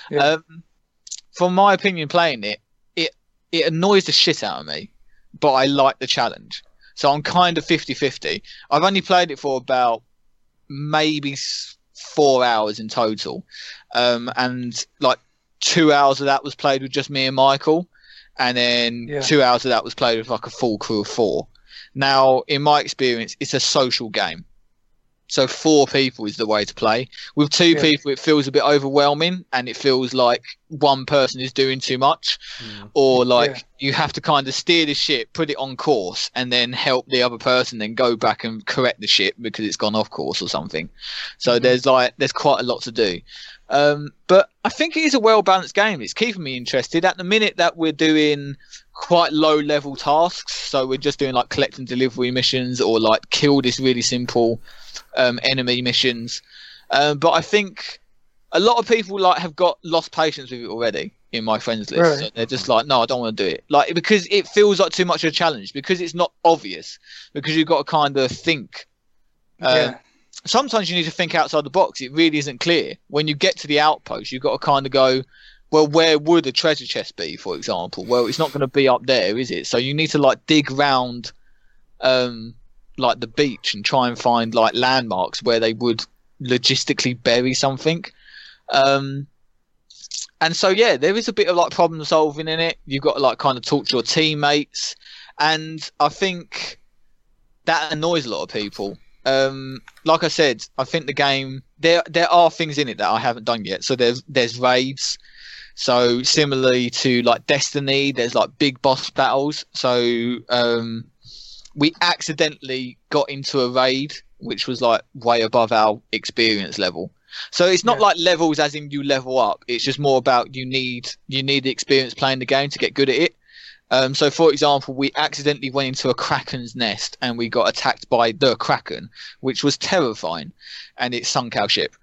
Yeah. Um, from my opinion, playing it, it it annoys the shit out of me, but I like the challenge. So I'm kind of 50-50. I've only played it for about maybe s- four hours in total, um, and like two hours of that was played with just me and Michael, and then Yeah. two hours of that was played with like a full crew of four. Now, in my experience, it's a social game. So four people is the way to play. With two Yeah. people, it feels a bit overwhelming, and it feels like one person is doing too much, Mm-hmm. or like Yeah. you have to kind of steer the ship, put it on course, and then help the other person, then go back and correct the ship because it's gone off course or something. So Mhm. there's like there's quite a lot to do. Um, but I think it is a well balanced game. It's keeping me interested. At the minute that we're doing quite low level tasks, so we're just doing like collect and delivery missions or like kill this really simple um, enemy missions. Um, but I think a lot of people like have got lost patience with it already in my friends list. Really? So they're just like, no, I don't want to do it. Like because it feels like too much of a challenge because it's not obvious because you've got to kind of think. Um, yeah. sometimes you need to think outside the box. It really isn't clear. When you get to the outpost, you've got to kind of go, well, where would a treasure chest be, for example? Well, it's not going to be up there, is it? So you need to like dig round, um, like the beach and try and find like landmarks where they would logistically bury something. Um, and so yeah, there is a bit of like problem solving in it. You've got to like kind of talk to your teammates, and I think that annoys a lot of people. Um, like I said, I think the game there there are things in it that I haven't done yet. So there's there's raids. So similarly to like Destiny, there's like big boss battles. So um, we accidentally got into a raid which was like way above our experience level. So it's not Yeah. like levels as in you level up. It's just more about you need you need the experience playing the game to get good at it. Um, so, for example, we accidentally went into a kraken's nest and we got attacked by the kraken, which was terrifying, and it sunk our ship.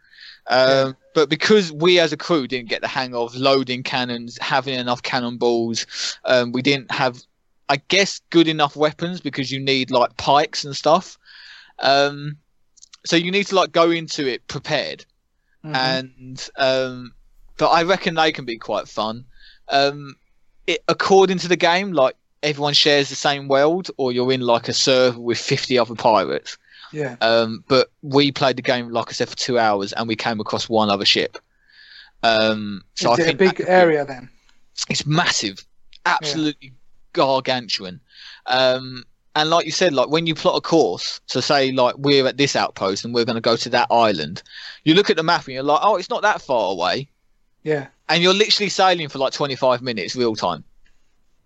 Um, But because we as a crew didn't get the hang of loading cannons, having enough cannonballs, um, we didn't have, I guess, good enough weapons because you need like pikes and stuff. Um, so you need to like go into it prepared. uh, Mm-hmm. And um, but I reckon they can be quite fun. Um, it, according to the game, like everyone shares the same world, or you're in like a server with 50 other pirates. yeah. Um, but we played the game, like I said, for two hours, and we came across one other ship. Um, so Is it I a think that big could be- area then? it's massive, absolutely gargantuan. Um, and like you said, like when you plot a course, so say like we're at this outpost and we're going to go to that island, you look at the map and you're like, oh, it's not that far away, Yeah. and you're literally sailing for like 25 minutes real time.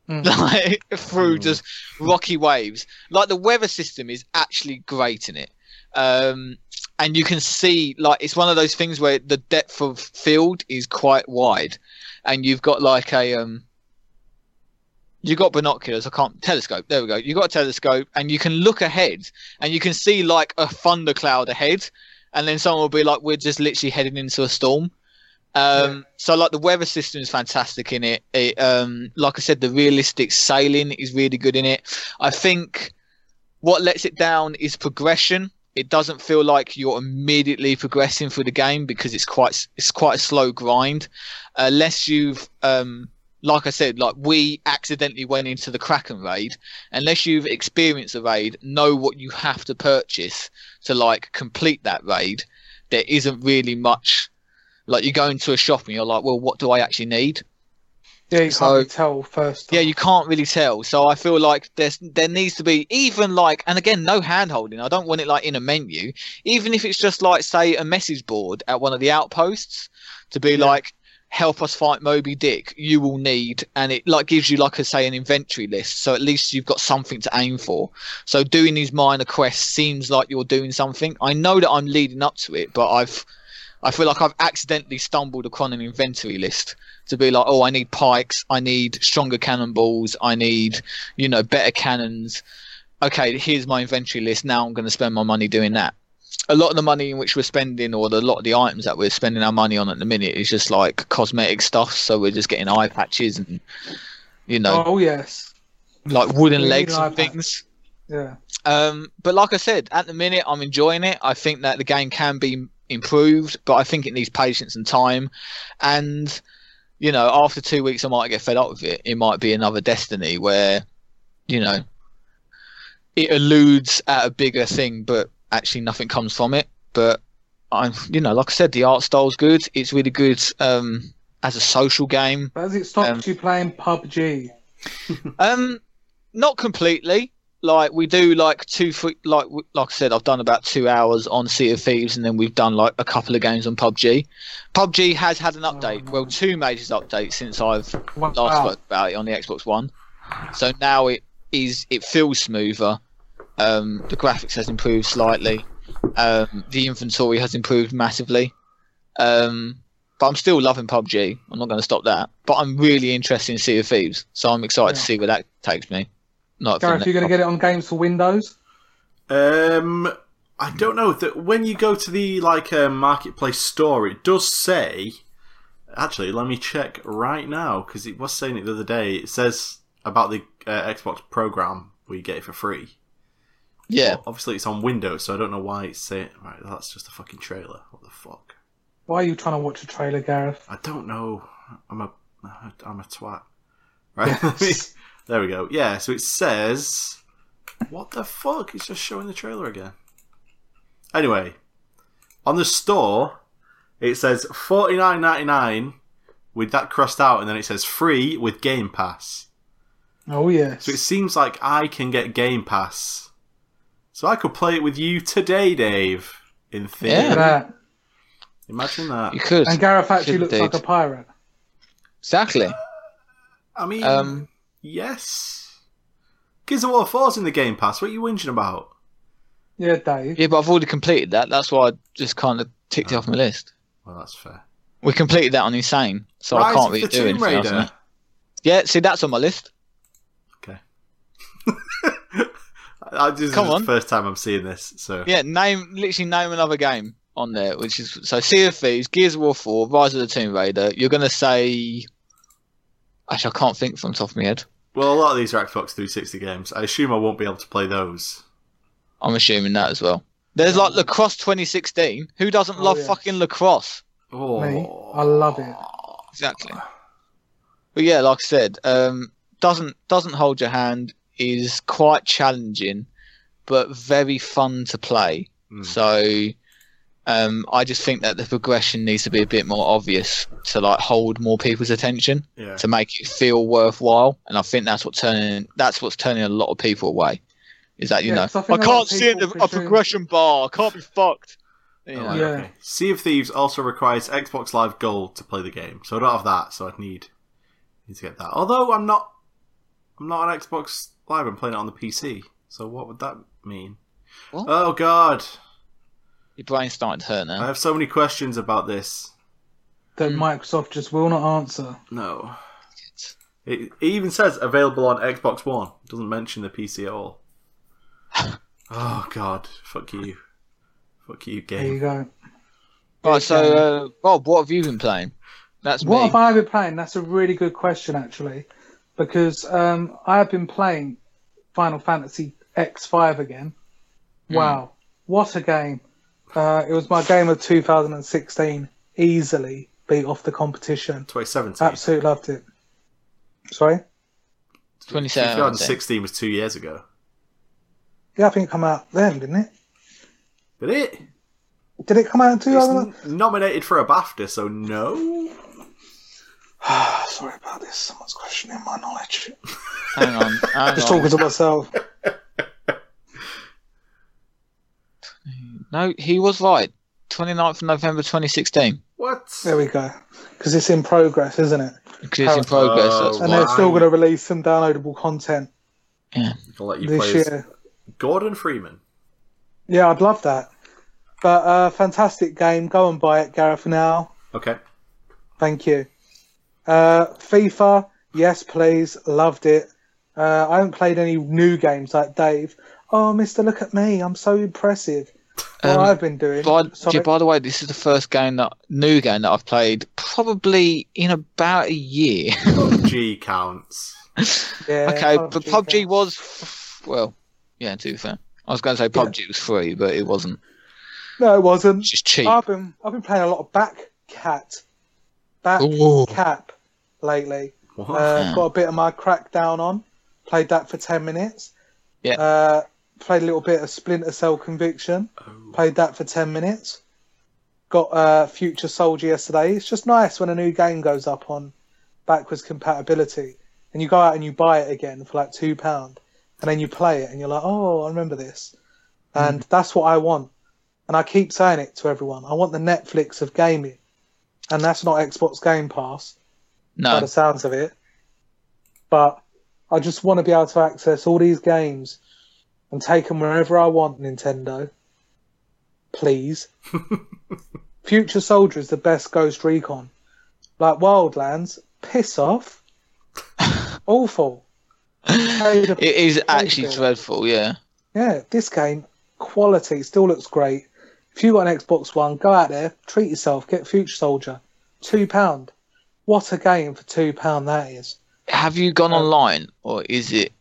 Mm. Like through Mm. just rocky waves. Like the weather system is actually great in it. Um, and you can see like it's one of those things where the depth of field is quite wide and you've got like a um you got binoculars i can't telescope there we go you got a telescope and you can look ahead and you can see like a thundercloud ahead and then someone will be like we're just literally heading into a storm um so like the weather system is fantastic in it. it um like i said the realistic sailing is really good in it i think what lets it down is progression it doesn't feel like you're immediately progressing through the game because it's quite it's quite a slow grind unless you've um like I said, like we accidentally went into the Kraken raid. Unless you've experienced a raid, know what you have to purchase to like complete that raid. There isn't really much. Like you go into a shop and you're like, well, what do I actually need? Yeah, you So- can't tell first. Yeah, you can't really tell. So I feel like there's there needs to be even like, and again, no hand holding. I don't want it like in a menu. Even if it's just like say a message board at one of the outposts to be Yeah. like, help us fight Moby Dick. You will need, and it like gives you like a say an inventory list. So at least you've got something to aim for. So doing these minor quests seems like you're doing something. I know that I'm leading up to it, but I've I feel like I've accidentally stumbled upon an inventory list to be like, oh, I need pikes, I need stronger cannonballs, I need, you know, better cannons. Okay, here's my inventory list. Now I'm going to spend my money doing that. A lot of the money in which we're spending, or the, a lot of the items that we're spending our money on at the minute, is just like cosmetic stuff. So we're just getting eye patches and, you know, Oh yes. like wooden we need legs an eye and patch. things. Yeah. Um, but like I said, at the minute I'm enjoying it. I think that the game can be improved, but I think it needs patience and time. And you know, after two weeks, I might get fed up with it. It might be another Destiny where, you know, it eludes at a bigger thing, but actually nothing comes from it. But I'm, you know, like I said, the art style's good. It's really good um, as a social game. But has it stopped Um, you playing PUBG? Um, not completely. Like we do, like two, three, like like I said, I've done about two hours on Sea of Thieves, and then we've done like a couple of games on PUBG. PUBG has had an update, nice. well, two major updates since I've Wow. last Oh. spoke about it on the Xbox One. So now it is, it feels smoother. Um, the graphics has improved slightly. Um, the inventory has improved massively. Um, but I'm still loving PUBG. I'm not going to stop that. But I'm really interested in Sea of Thieves, so I'm excited to Yeah. see where that takes me. Not for Gareth, the you're going to next- get it on games for Windows. Um, I don't know that when you go to the like uh, marketplace store, it does say. Actually, let me check right now because it was saying it the other day. It says about the uh, Xbox program we get it for free. yeah. But obviously, it's on Windows, so I don't know why it's saying. Right, that's just a fucking trailer. What the fuck? Why are you trying to watch a trailer, Gareth? I don't know. I'm a I'm a twat. Right. let me- there we go. Yeah. So it says. What the fuck? It's just showing the trailer again. Anyway, on the store, it says forty nine ninety nine with that crossed out, and then it says free with Game Pass. Oh yes. So it seems like I can get Game Pass, so I could play it with you today, Dave. In theory, Look at Yeah. that. imagine that. You could And Gareth actually Should looks like a indeed. pirate. exactly. I mean, Um, yes. Gears of War 4's in the Game Pass. What are you whinging about? Yeah, Dave. yeah, but I've already completed that. That's why I just kind of ticked it off my list. Well, that's fair. We completed that on Insane, so I Rise can't of really the do Tomb anything else on Raider. it. Yeah, see, that's on my list. I, this Come is on. the first time I'm seeing this, so Yeah, name literally name another game on there, which is so Sea of Thieves, Gears of War 4, Rise of the Tomb Raider. You're going to say. Actually, I can't think from the top of my head. Well, a lot of these are Xbox 360 games. I assume I won't be able to play those. I'm assuming that as well. There's like lacrosse 2016. Who doesn't Oh, love yeah. fucking lacrosse? Oh, Mate, I love it. Exactly. But yeah, like I said, um, doesn't doesn't hold your hand is quite challenging, but very fun to play. Mm. So um, I just think that the progression needs to be a bit more obvious to like hold more people's attention Yeah. to make it feel worthwhile. And I think that's what turning that's what's turning a lot of people away. Is that you Yeah, know 'cause I I think a lot can't of see in people the, a presume- progression bar. I can't be fucked. You Oh, know. right, Yeah. okay. Sea of Thieves also requires Xbox Live Gold to play the game, so I don't have that. So I'd need need to get that. Although I'm not, I'm not on Xbox Live. I'm playing it on the PC. So what would that mean? What? Oh God, Your brain's starting to hurt I now. have so many questions about this. that Hmm. Microsoft just will not answer. No, it, it even says available on Xbox One. It doesn't mention the PC at all. oh God, fuck you, fuck you, There game. you go. Right, so uh, Bob, what have you been playing? That's What me. have I been playing? That's a really good question, actually, because um, I have been playing Final Fantasy X5 again. Hmm. Wow, what a game! Uh, it was my game of 2016. Easily beat off the competition. 2017. Absolutely loved it. Sorry? 27. I'd say. 2016 was two years ago. Yeah, I think it come out then, didn't it? Did it? Did it come out in It's 2000? n- nominated for a BAFTA, so no. Sorry about this. Someone's questioning my knowledge. Hang on. Hang Just on. talking to myself. No, he was right. 29th of November 2016. What? There we go. Because it's in progress, isn't it? Because it's in Oh. progress. That's Oh. And why. they're still Why? going to release some downloadable content I'll let you play this as year. Gordon Freeman. Yeah, I'd love that. But uh, fantastic game. Go and buy it, Gareth. Now, Okay. thank you. Uh, FIFA, yes, please. Loved it. Uh, I haven't played any new games like Dave. Oh, Mister, look at me. I'm so impressive. What Um, I've been doing. By, Sorry. yeah, by the way, this is the first game that new game that I've played probably in about a year. PUBG counts. Yeah, okay, but PUBG yeah. was f- well, yeah, to be fair. I was going to say PUBG was free, but it wasn't. No, it wasn't. It's just cheap. I've been I've been playing a lot of back cat, back Ooh. cap lately. What? Oh, Uh, Yeah. Got a bit of my crackdown on. Played that for ten minutes. Yeah. Uh, played a little bit of Splinter Cell Conviction. oh. Played that for ten minutes. Got uh, Future Soldier yesterday. It's just nice when a new game goes up on backwards compatibility, and you go out and you buy it again for like two pound, and then you play it, and you're like, oh, I remember this, and that's what I want. And I keep saying it to everyone. I want the Netflix of gaming, and that's not Xbox Game Pass by no, the sounds of it. But I just want to be able to access all these games and take them wherever I want, Nintendo. Please. Future Soldier is the best Ghost Recon. Like Wildlands, piss off. Awful. Played a- it is actually Dreadful. dreadful. Yeah, yeah, this game, quality, still looks great. If you got an Xbox One, go out there, treat yourself, get Future Soldier. £2. What a game for £2 that is. have you Uh, gone online or is it?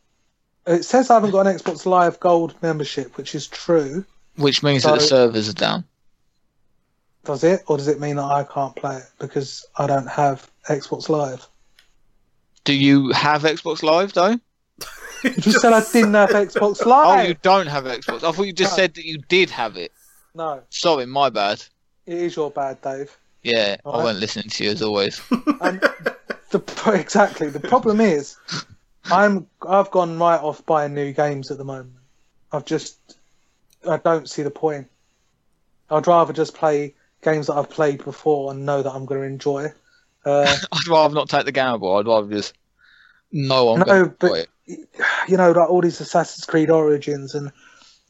It says I haven't got an Xbox Live Gold membership, which is true. Which means that the So- servers are down. Does it, or does it mean that I can't play it because I don't have Xbox Live? Do you have Xbox Live though? You just said I didn't have Xbox Oh, Live. you don't have Xbox. I thought you just No. said that you did have it. No, Sorry, my bad. it is your bad, Dave. Yeah, I Alright. weren't listening to you as always. um, The pro- exactly the problem is, I'm I've gone right off buying new games at the moment. I've just I don't see the point. I'd rather just play games that I've played before and know that I'm going to enjoy. Uh, I'd rather not take the gamble. I'd rather just no. I'm No, going but- you know, like all these Assassin's Creed Origins, and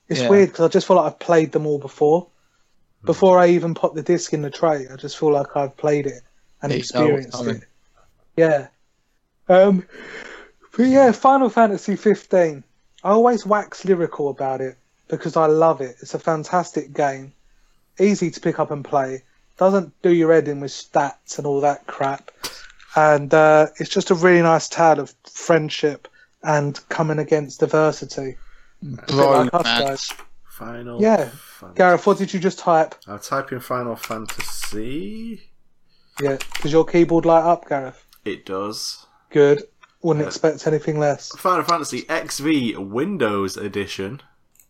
it's Yeah. weird because I just feel like I've played them all before. Before I even pop the disc in the tray, I just feel like I've played it and Yeah, you know what's experienced coming. it. Yeah. Um, but yeah, Final Fantasy 15. I always wax lyrical about it because I love it. It's a fantastic game. easy to pick up and play. Doesn't do your head in with stats and all that crap. And uh, it's just a really nice tale of friendship and coming against diversity. A bit Bro, like us man. guys. Final. Yeah. Fan- Gareth, what did you just type? I'll type in Final Fantasy. Yeah, does your keyboard light up, Gareth? It does. Good. Wouldn't expect anything less. Final Fantasy XV Windows Edition.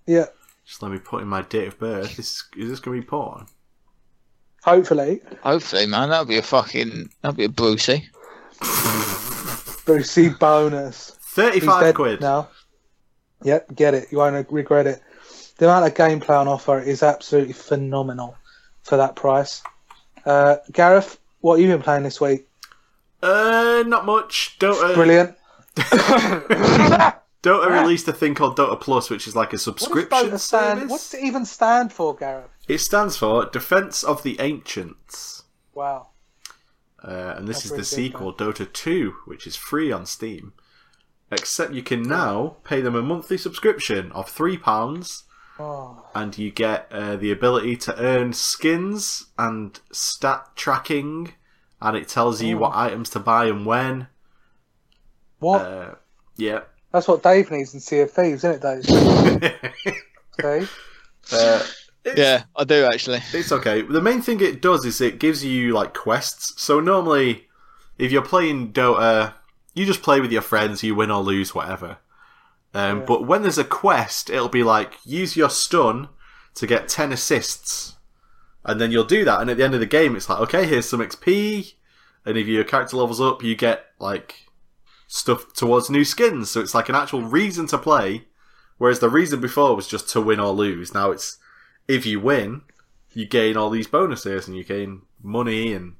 Yeah, Just let me put in my date of birth. This, is this going to be porn? hopefully. Hopefully, man, that'll be a fucking that'll be a Brucey. Brucey bonus. He's 35 dead quid. now. Yep, get it. You won't regret it. The amount of gameplay on offer is absolutely phenomenal for that price. Uh, Gareth, what have you been playing this week? Uh, not much. Dota, Brilliant. Dota released a thing called Dota Plus, which is like a What subscription does Dota stand? service. What does it even stand for, Gareth? It stands for Defense of the Ancients. Wow. Uh, and this That's is the pretty good, sequel, Dota 2, which is free on Steam. Except you can now pay them a monthly subscription of £3, Oh, and you get uh, the ability to earn skins and stat tracking, and it tells Oh. you what items to buy and when. what? Uh, yeah. That's what Dave needs in Sea of Thieves, isn't it, Dave? Dave? Uh, it's- Yeah, I do actually. It's okay. The main thing it does is it gives you like quests. So normally, if you're playing Dota, you just play with your friends, you win or lose, whatever. Um, Yeah. But when there's a quest, it'll be like use your stun to get ten assists, and then you'll do that. And at the end of the game, it's like okay, here's some XP, and if your character levels up, you get like stuff towards new skins. So it's like an actual reason to play. Whereas the reason before was just to win or lose. Now it's if you win, you gain all these bonuses and you gain money and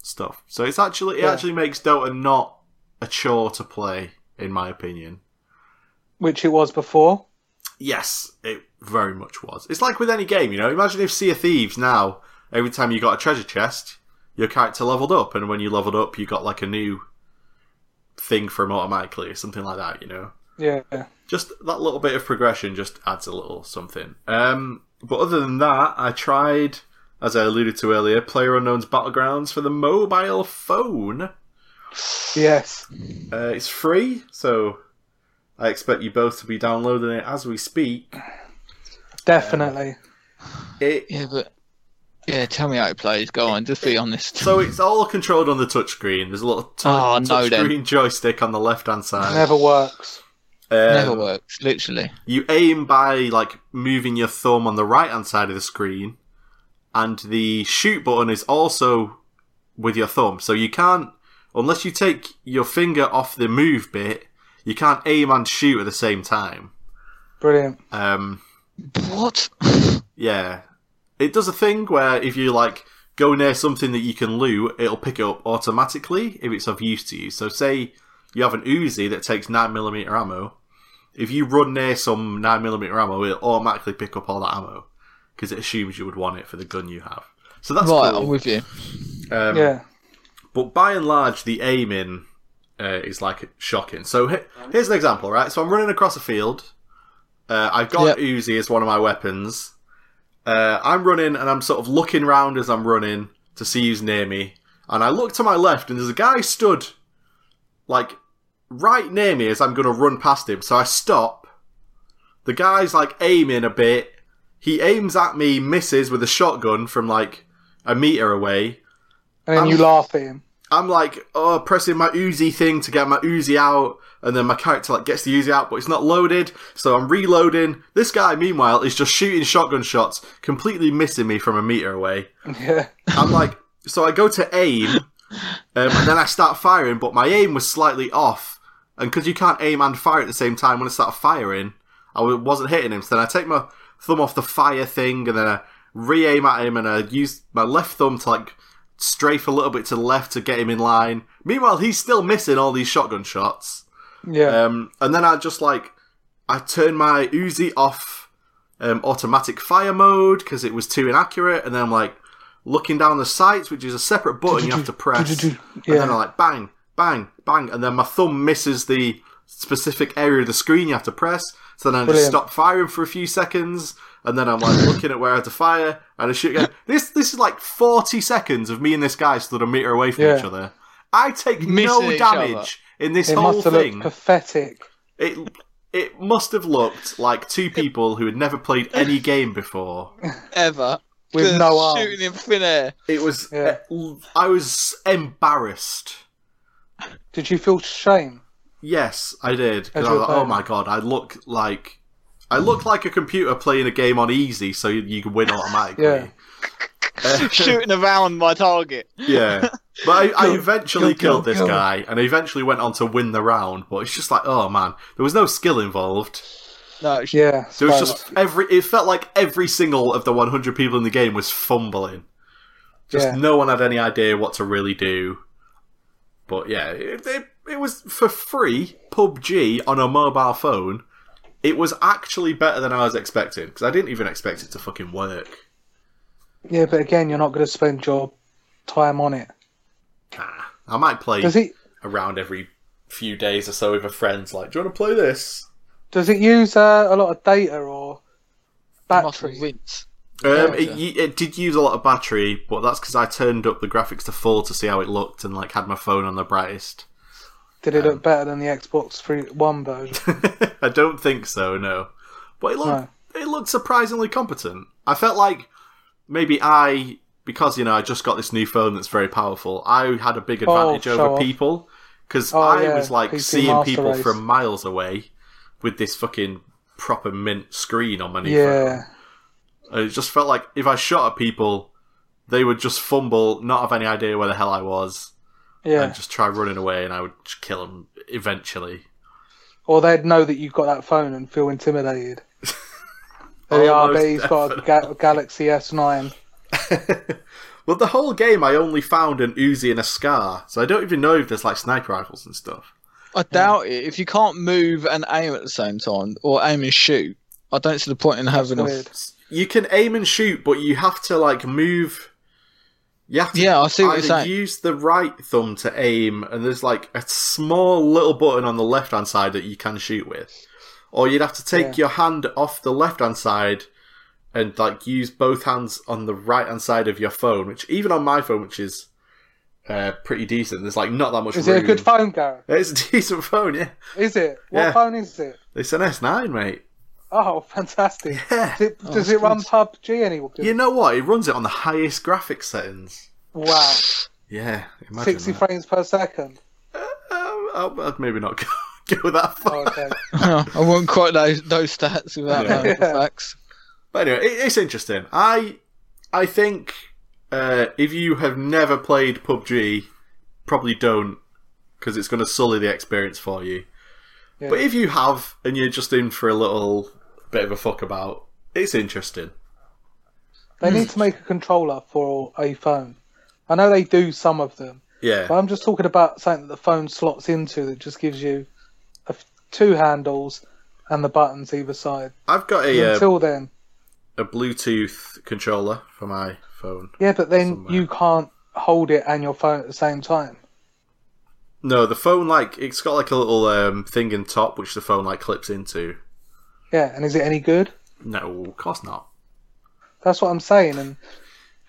stuff. So it's actually it Yeah. actually makes Dota not a chore to play, in my opinion. Which it was before. Yes, it very much was. It's like with any game, you know. Imagine if Sea of Thieves now, every time you got a treasure chest, your character leveled up, and when you leveled up, you got like a new thing from automatically or something like that, you know. Yeah. just that little bit of progression just adds a little something. Um, but other than that, I tried, as I alluded to earlier, Player Unknown's Battlegrounds for the mobile phone. Yes. Uh, it's free, so I expect you both to be downloading it as we speak. Definitely. It Yeah, but yeah, tell me how it plays. Go on, just be honest. so it's all controlled on the touchscreen. There's a little t- Oh, no, then. touchscreen joystick on the left hand side. Never works. Um, Never works, literally. you aim by like moving your thumb on the right hand side of the screen and the shoot button is also with your thumb so you can't unless you take your finger off the move bit you can't aim and shoot at the same time Brilliant. um What? yeah it does a thing where if you like go near something that you can loot it'll pick it up automatically if it's of use to you so say you have an Uzi that takes 9mm ammo if you run near some 9mm ammo, it'll automatically pick up all that ammo because it assumes you would want it for the gun you have. So that's right, I'm cool. with you. Um, yeah. But by and large, the aiming uh, is like shocking. So he- here's an example, right? So I'm running across a field. Uh, I've got Yep. Uzi as one of my weapons. Uh, I'm running and I'm sort of looking round as I'm running to see who's near me. And I look to my left and there's a guy stood like right near me as I'm going to run past him. So I stop. The guy's like aiming a bit. He aims at me, misses with a shotgun from like a meter away. And then I'm- you laugh at him. I'm like, oh, pressing my Uzi thing to get my Uzi out, and then my character like gets the Uzi out, but it's not loaded, so I'm reloading. This guy, meanwhile, is just shooting shotgun shots, completely missing me from a meter away. Yeah. I'm like, so I go to aim, um, and then I start firing, but my aim was slightly off, and because you can't aim and fire at the same time, when I start firing, I w- wasn't hitting him. So then I take my thumb off the fire thing, and then I re-aim at him, and I use my left thumb to like strafe a little bit to the left to get him in line. Meanwhile, he's still missing all these shotgun shots. Yeah. Um, and then I just like I turned my Uzi off um, automatic fire mode because it was too inaccurate, and then I'm like looking down the sights, which is a separate button you have to press. Yeah. And then I'm like bang, bang, bang, and then my thumb misses the specific area of the screen you have to press. So then I just Brilliant. stop firing for a few seconds, and then I'm like looking at where I had to fire, and I shoot again. This this is like 40 seconds of me and this guy stood a meter away from Yeah. each other. I take Missing no each other. damage in this It whole must have thing. looked pathetic. It it must have looked like two people who had never played any game before. ever With Just no arms. shooting in thin air. It was Yeah. I was embarrassed. Did you feel shame? Yes, I did. 'Cause As I was your like, oh opponent. my god, I look like I look like a computer playing a game on easy, so you, you can win automatically. Yeah. Uh, shooting around my target. yeah. But I, I Go, eventually go, go, killed this go. guy, and I eventually went on to win the round. But it's just like, oh man, there was no skill involved. No, it's- Yeah. There was so- just every. It felt like every single of the 100 people in the game was fumbling. Just Yeah. no one had any idea what to really do. But yeah, it, it, it was for free PUBG on a mobile phone. It was actually better than I was expecting because I didn't even expect it to fucking work. Yeah, but again, you're not going to spend your time on it. Nah, I might play Does it? around every few days or so with my friends. Like, do you want to play this? Does it use uh, a lot of data or muscle battery? rinse. Um, Yeah, it, y- it did use a lot of battery, but that's because I turned up the graphics to full to see how it looked and like had my phone on the brightest. Did Um, it look better than the Xbox 3 One version? I don't think so, no. But it looked it looked surprisingly competent. I felt like maybe I because you know I just got this new phone that's very powerful. I had a big advantage show over off. people because Oh, I yeah, was like PC seeing Master people Race. from miles away with this fucking proper mint screen on my new phone. yeah. And it just felt like if I shot at people, they would just fumble, not have any idea where the hell I was, Yeah. and just try running away, and I would just kill them eventually. Or they'd know that you've got that phone and feel intimidated. There they are, Almost but he's got a ga- Galaxy S9. Well, the whole game I only found an Uzi and a Scar, so I don't even know if there's like sniper rifles and stuff. I doubt it. If you can't move and aim at the same time, or aim and shoot, I don't see the point in having a. Weird. You can aim and shoot, but you have to like move. You have to Yeah, I see what you're either saying. use the right thumb to aim, and there's like a small little button on the left hand side that you can shoot with, or you'd have to take Yeah. your hand off the left hand side and like use both hands on the right hand side of your phone, which even on my phone, which is uh, pretty decent, there's like not that much. Is room. it a good phone, Gareth? It's a decent phone, yeah. Is it? What Yeah. phone is it? It's an S9, mate. Oh, fantastic. Yeah. Does it, Oh, does that's it run good. PUBG anymore? You know what? It runs it on the highest graphics settings. Wow. Yeah, imagine 60 that. frames per second. Um, I'll- I'd maybe not go, go that far. Oh, okay. I wouldn't quote those those stats without Yeah. knowing the Yeah. facts. But anyway, it, it's interesting. I I think uh, if you have never played PUBG, probably don't, because it's going to sully the experience for you. Yeah. But if you have and you're just in for a little bit of a fuck about, it's interesting. They need to make a controller for a phone. I know they do some of them, Yeah. but I'm just talking about something that the phone slots into that just gives you a f two handles and the buttons either side. I've got a, uh, Until then, a Bluetooth controller for my phone. yeah, but then Somewhere. you can't hold it and your phone at the same time. No, the phone like it's got like a little um, thing in top which the phone like clips into. Yeah, and is it any good? No, of course not. That's what I'm saying. And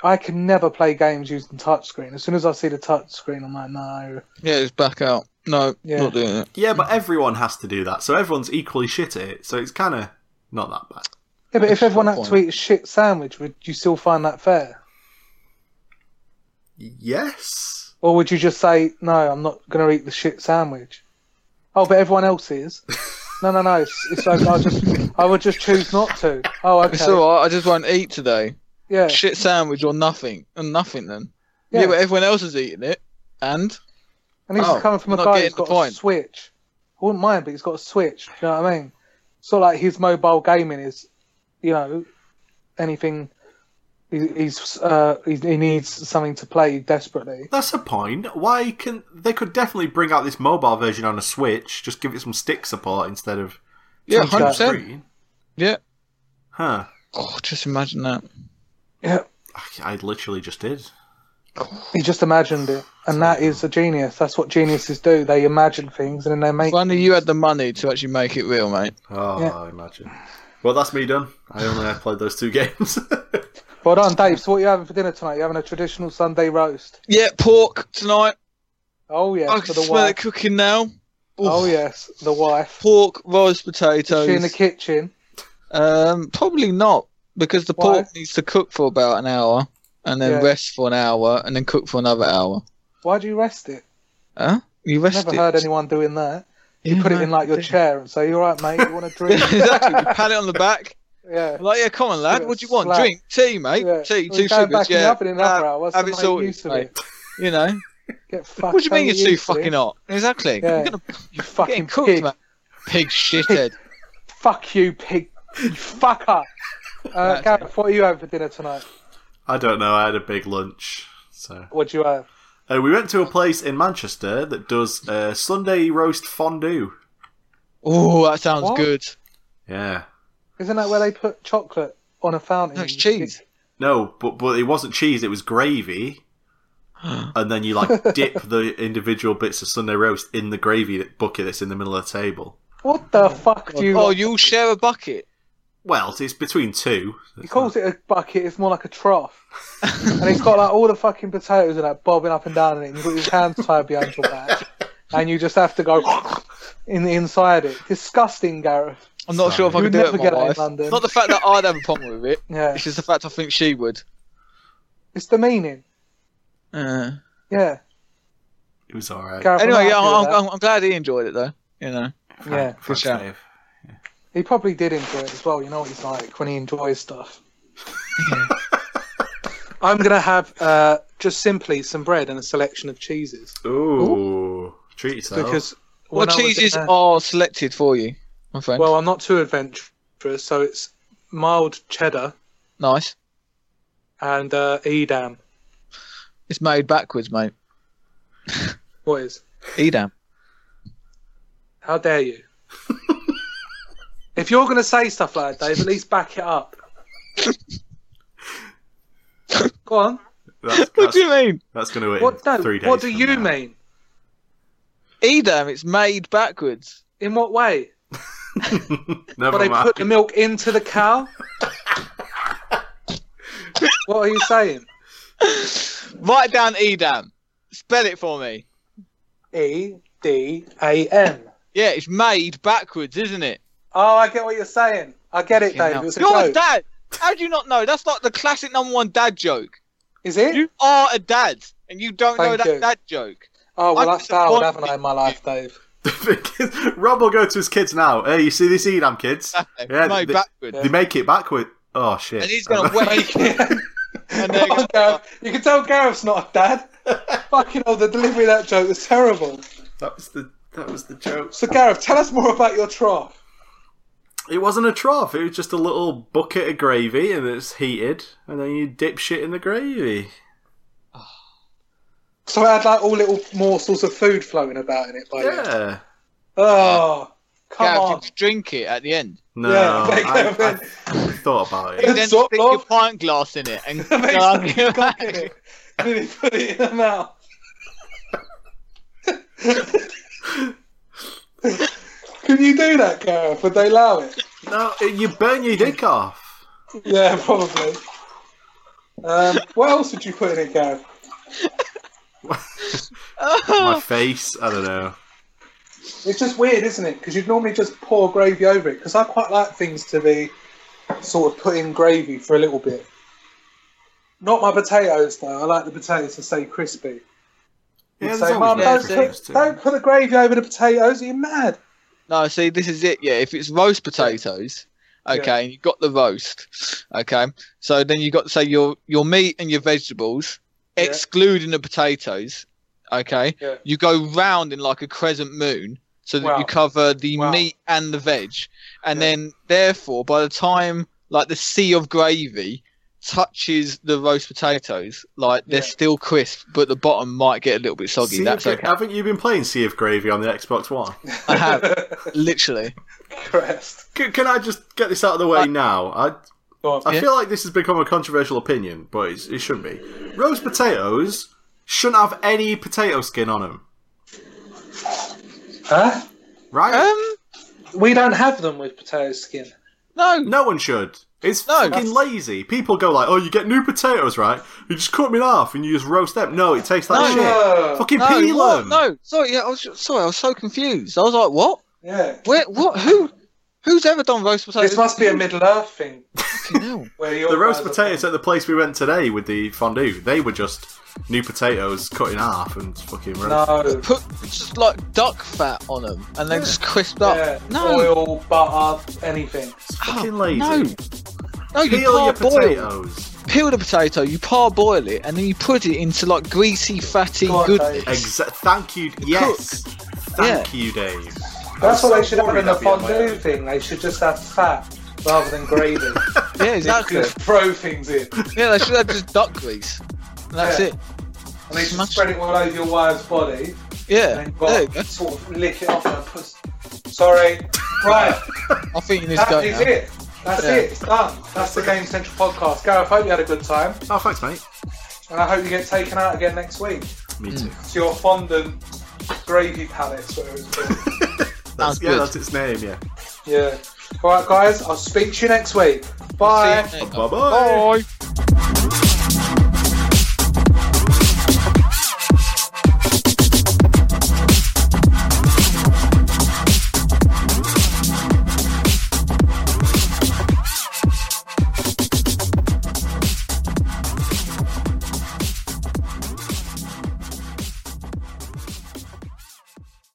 I can never play games using touchscreen. As soon as I see the touchscreen, I'm like, no. Yeah, it's back out. No, Yeah. not doing it. Yeah, but everyone has to do that, so everyone's equally shit at it. So it's kind of not that bad. Yeah, but That's if a everyone fair had to point. eat a shit sandwich, would you still find that fair? Yes. Or would you just say, no, I'm not going to eat the shit sandwich? Oh, but everyone else is. no, no, no. It's, it's okay. I'll just, I would just choose not to. Oh, okay. It's all right. I just won't eat today. yeah. Shit sandwich or nothing, and nothing then. Yeah, yeah. but everyone else is eating it, and and this Oh, is coming from a not guy getting who's the got point. a Switch. I wouldn't mind, but he's got a Switch. Do you know what I mean? It's not like his mobile gaming is, you know, anything. He, he's uh, he, he needs something to play desperately. That's a point. Why can they could definitely bring out this mobile version on a Switch? Just give it some stick support instead of yeah, touching hundred percent. screen. Yeah. Huh. Oh, just imagine that. Yeah, I, I literally just did. he just imagined it, and that is a genius. That's what geniuses do. They imagine things and then they make If only you had the money to actually make it real, mate. Oh, Yeah. imagine. Well, that's me done. I only have played those two games. Well done, Dave. So what are you having for dinner tonight? You having a traditional Sunday roast? Yeah, pork tonight. Oh yes, I for can the smell it wife. cooking now. Oh Oof. yes, the wife. Pork, roast Is potatoes. she in the kitchen. Um, probably not because the Why? pork needs to cook for about an hour and then Yeah. rest for an hour and then cook for another hour. Why do you rest it? Huh? You rest Never it. heard anyone doing that. you Put it in like your chair and say, "You're right, mate. You want a drink?" exactly. You pat it on the back. yeah. Like, yeah, come on, lad. Yeah, What do you want? slap. Drink, tea, yeah. mate. Tea, Well, two you're going sugars. back in the Yeah, oven in another Uh, hour. What's have the it make sorted, use of mate. it? you know. Get fucked. what do you mean don't you're too use fucking it. hot? Exactly. Yeah. You're gonna You fucking fucking cooked, pig. mate. Pig shithead. Fuck you, pig. You fucker. Uh, That's Gareth, what are you having for dinner tonight? I don't know. I had a big lunch, so What do you have? uh, we went to a place in Manchester that does uh, Sunday roast fondue. Oh, that sounds What? good. Yeah, Isn't that where they put chocolate on a fountain? No, it's cheese. no, but but it wasn't cheese. It was gravy, and then you like dip the individual bits of Sunday roast in the gravy bucket that's in the middle of the table. What the fuck do you? oh, you'll share a bucket. Well, it's between two. He calls it a bucket. It's more like a trough, and it's got like all the fucking potatoes and that bobbing up and down in it. And you've got your hands tied behind your back, and you just have to go in inside it. Disgusting, Gareth. I'm not sure if I Sorry. You'd can do it never with my get it in wife. London. Not the fact that I'd have a problem with it. Yeah, It's just the fact I think she would. it's the meaning. Uh, Yeah, It was all right. Gareth. I'm anyway, yeah, not I'm, happy I'm, I'm glad he enjoyed it though. You know, with that. yeah, Thanks, shout. Dave. he probably did enjoy it as well. You know what he's like when he enjoys stuff. I'm gonna have uh, just simply some bread and a selection of cheeses Ooh, treat yourself. because when what I was in uh, cheeses there- are selected for you, my friend? Well, I'm not too adventurous, so it's mild cheddar nice. and uh, Edam. It's made backwards, mate. What is? Edam. How dare you? if you're going to say stuff like that, Dave, at least back it up. Go on. that's, What that's, do you mean? that's going to win What, no, three days. what do from you now. mean? Edam. It's made backwards. In what way? Never Well, they mind. put the milk into the cow? what are you saying? Write down Edam. Spell it for me. E D A M. Yeah, it's made backwards, isn't it? Oh, I get what you're saying. I get it, Dave. It was a You're a joke. dad. How do you not know? That's like the classic number one dad joke. Is it? You are a dad, and you don't know Thank that you. dad joke. Oh, well, I'm I've failed, disappointed. haven't I, in my life, Dave? Rob will go to his kids now. Hey, you see this Edam kids? Yeah, made they, backwards. they make it backward. Oh shit! And he's gonna wake and they're Come on, gonna Gareth. You can tell Gareth's not a dad. Fucking hell, the delivery of that joke was terrible. that was the that was the joke. So, Gareth, tell us more about your trough. It wasn't a trough. It was just a little bucket of gravy, and it's heated, and then you dip shit in the gravy. So it had like all little morsels of food floating about in it, by you. Yeah. Oh, come Gareth, on. did you drink it at the end? No, Yeah, make I, it happen. I thought about You it. It's then sort stick your of- pint glass in it and go That makes on sense. your back. Did it? Did he put it in her mouth? Can you do that, Gareth? Would they allow it? No, you burn your dick off. Yeah, probably. Um, what else would you put in it, Gareth? Oh. My face. I don't know. It's just weird, isn't it? Because you'd normally just pour gravy over it. Because I quite like things to be sort of put in gravy for a little bit. Not my potatoes though. I like the potatoes to stay crispy. You'd there's say, always "Mum, been don't, potatoes put, too." don't put the gravy over the potatoes. Are you mad? No, see, this is it. Yeah, if it's roast potatoes, okay, Yeah. and you've got the roast, okay, so then you've got to say your your meat and your vegetables, Yeah. excluding the potatoes, okay. Yeah. You go round in like a crescent moon so that Wow. you cover the Wow. meat and the veg, and Yeah. then therefore by the time like the sea of gravy touches the roast potatoes, like they're Yeah. still crisp, but the bottom might get a little bit soggy. Sea of That's Gra- okay. Haven't you been playing Sea of Gravy on the Xbox One? I have literally. Crest. C- can I just get this out of the way I- now? I Go on. I Yeah. feel like this has become a controversial opinion, but it's, it shouldn't be. Roast potatoes shouldn't have any potato skin on them, Huh? right? Um. We don't have them with potato skin. No, No one should. It's No. fucking lazy. People go like, "Oh, you get new potatoes, right? You just cut them in half and you just roast them." No, it tastes like No. Oh, shit. Fucking no, peel what? them. no. Sorry, yeah, I was sorry. I was so confused. I was like, what? Yeah. Where? What? Who? Who's ever done roast potatoes? This must be a Middle Earth thing. Fucking hell. Where you're The roast potatoes at the place we went today with the fondue, they were just new potatoes cut in half and fucking roast. No. Put just like duck fat on them and then just crisped up. Yeah. No, Oil, butter, anything. It's Oh, fucking lazy. No, no. You Peel your parboil. potatoes. Peel the potato. You parboil it and then you put it into like greasy, fatty Potato. goodness. Exa- thank you. Yes. Thank you, Dave. That's I'm what so they should have worried in the I'd be on my fondue own. thing. They should just have fat rather than gravy. Yeah, exactly. Just throw things in. yeah, they should have just duck grease. And that's Yeah. it. And they should Smash- spread it all over your wife's body. Yeah. And you've There you got go. to sort of lick it off and puss. Sorry. Right. I think you need to that go is now. it. That's Yeah. it. It's done. That's the Game Central podcast. Gareth, hope you had a good time. Oh, thanks, mate. And I hope you get taken out again next week Me Hmm. too. to your fondant gravy palace, whatever it's called. That's, Sounds yeah, good. that's its name. Yeah. Yeah. All right, guys. I'll speak to you next week. Bye. See you later. Bye bye. Bye.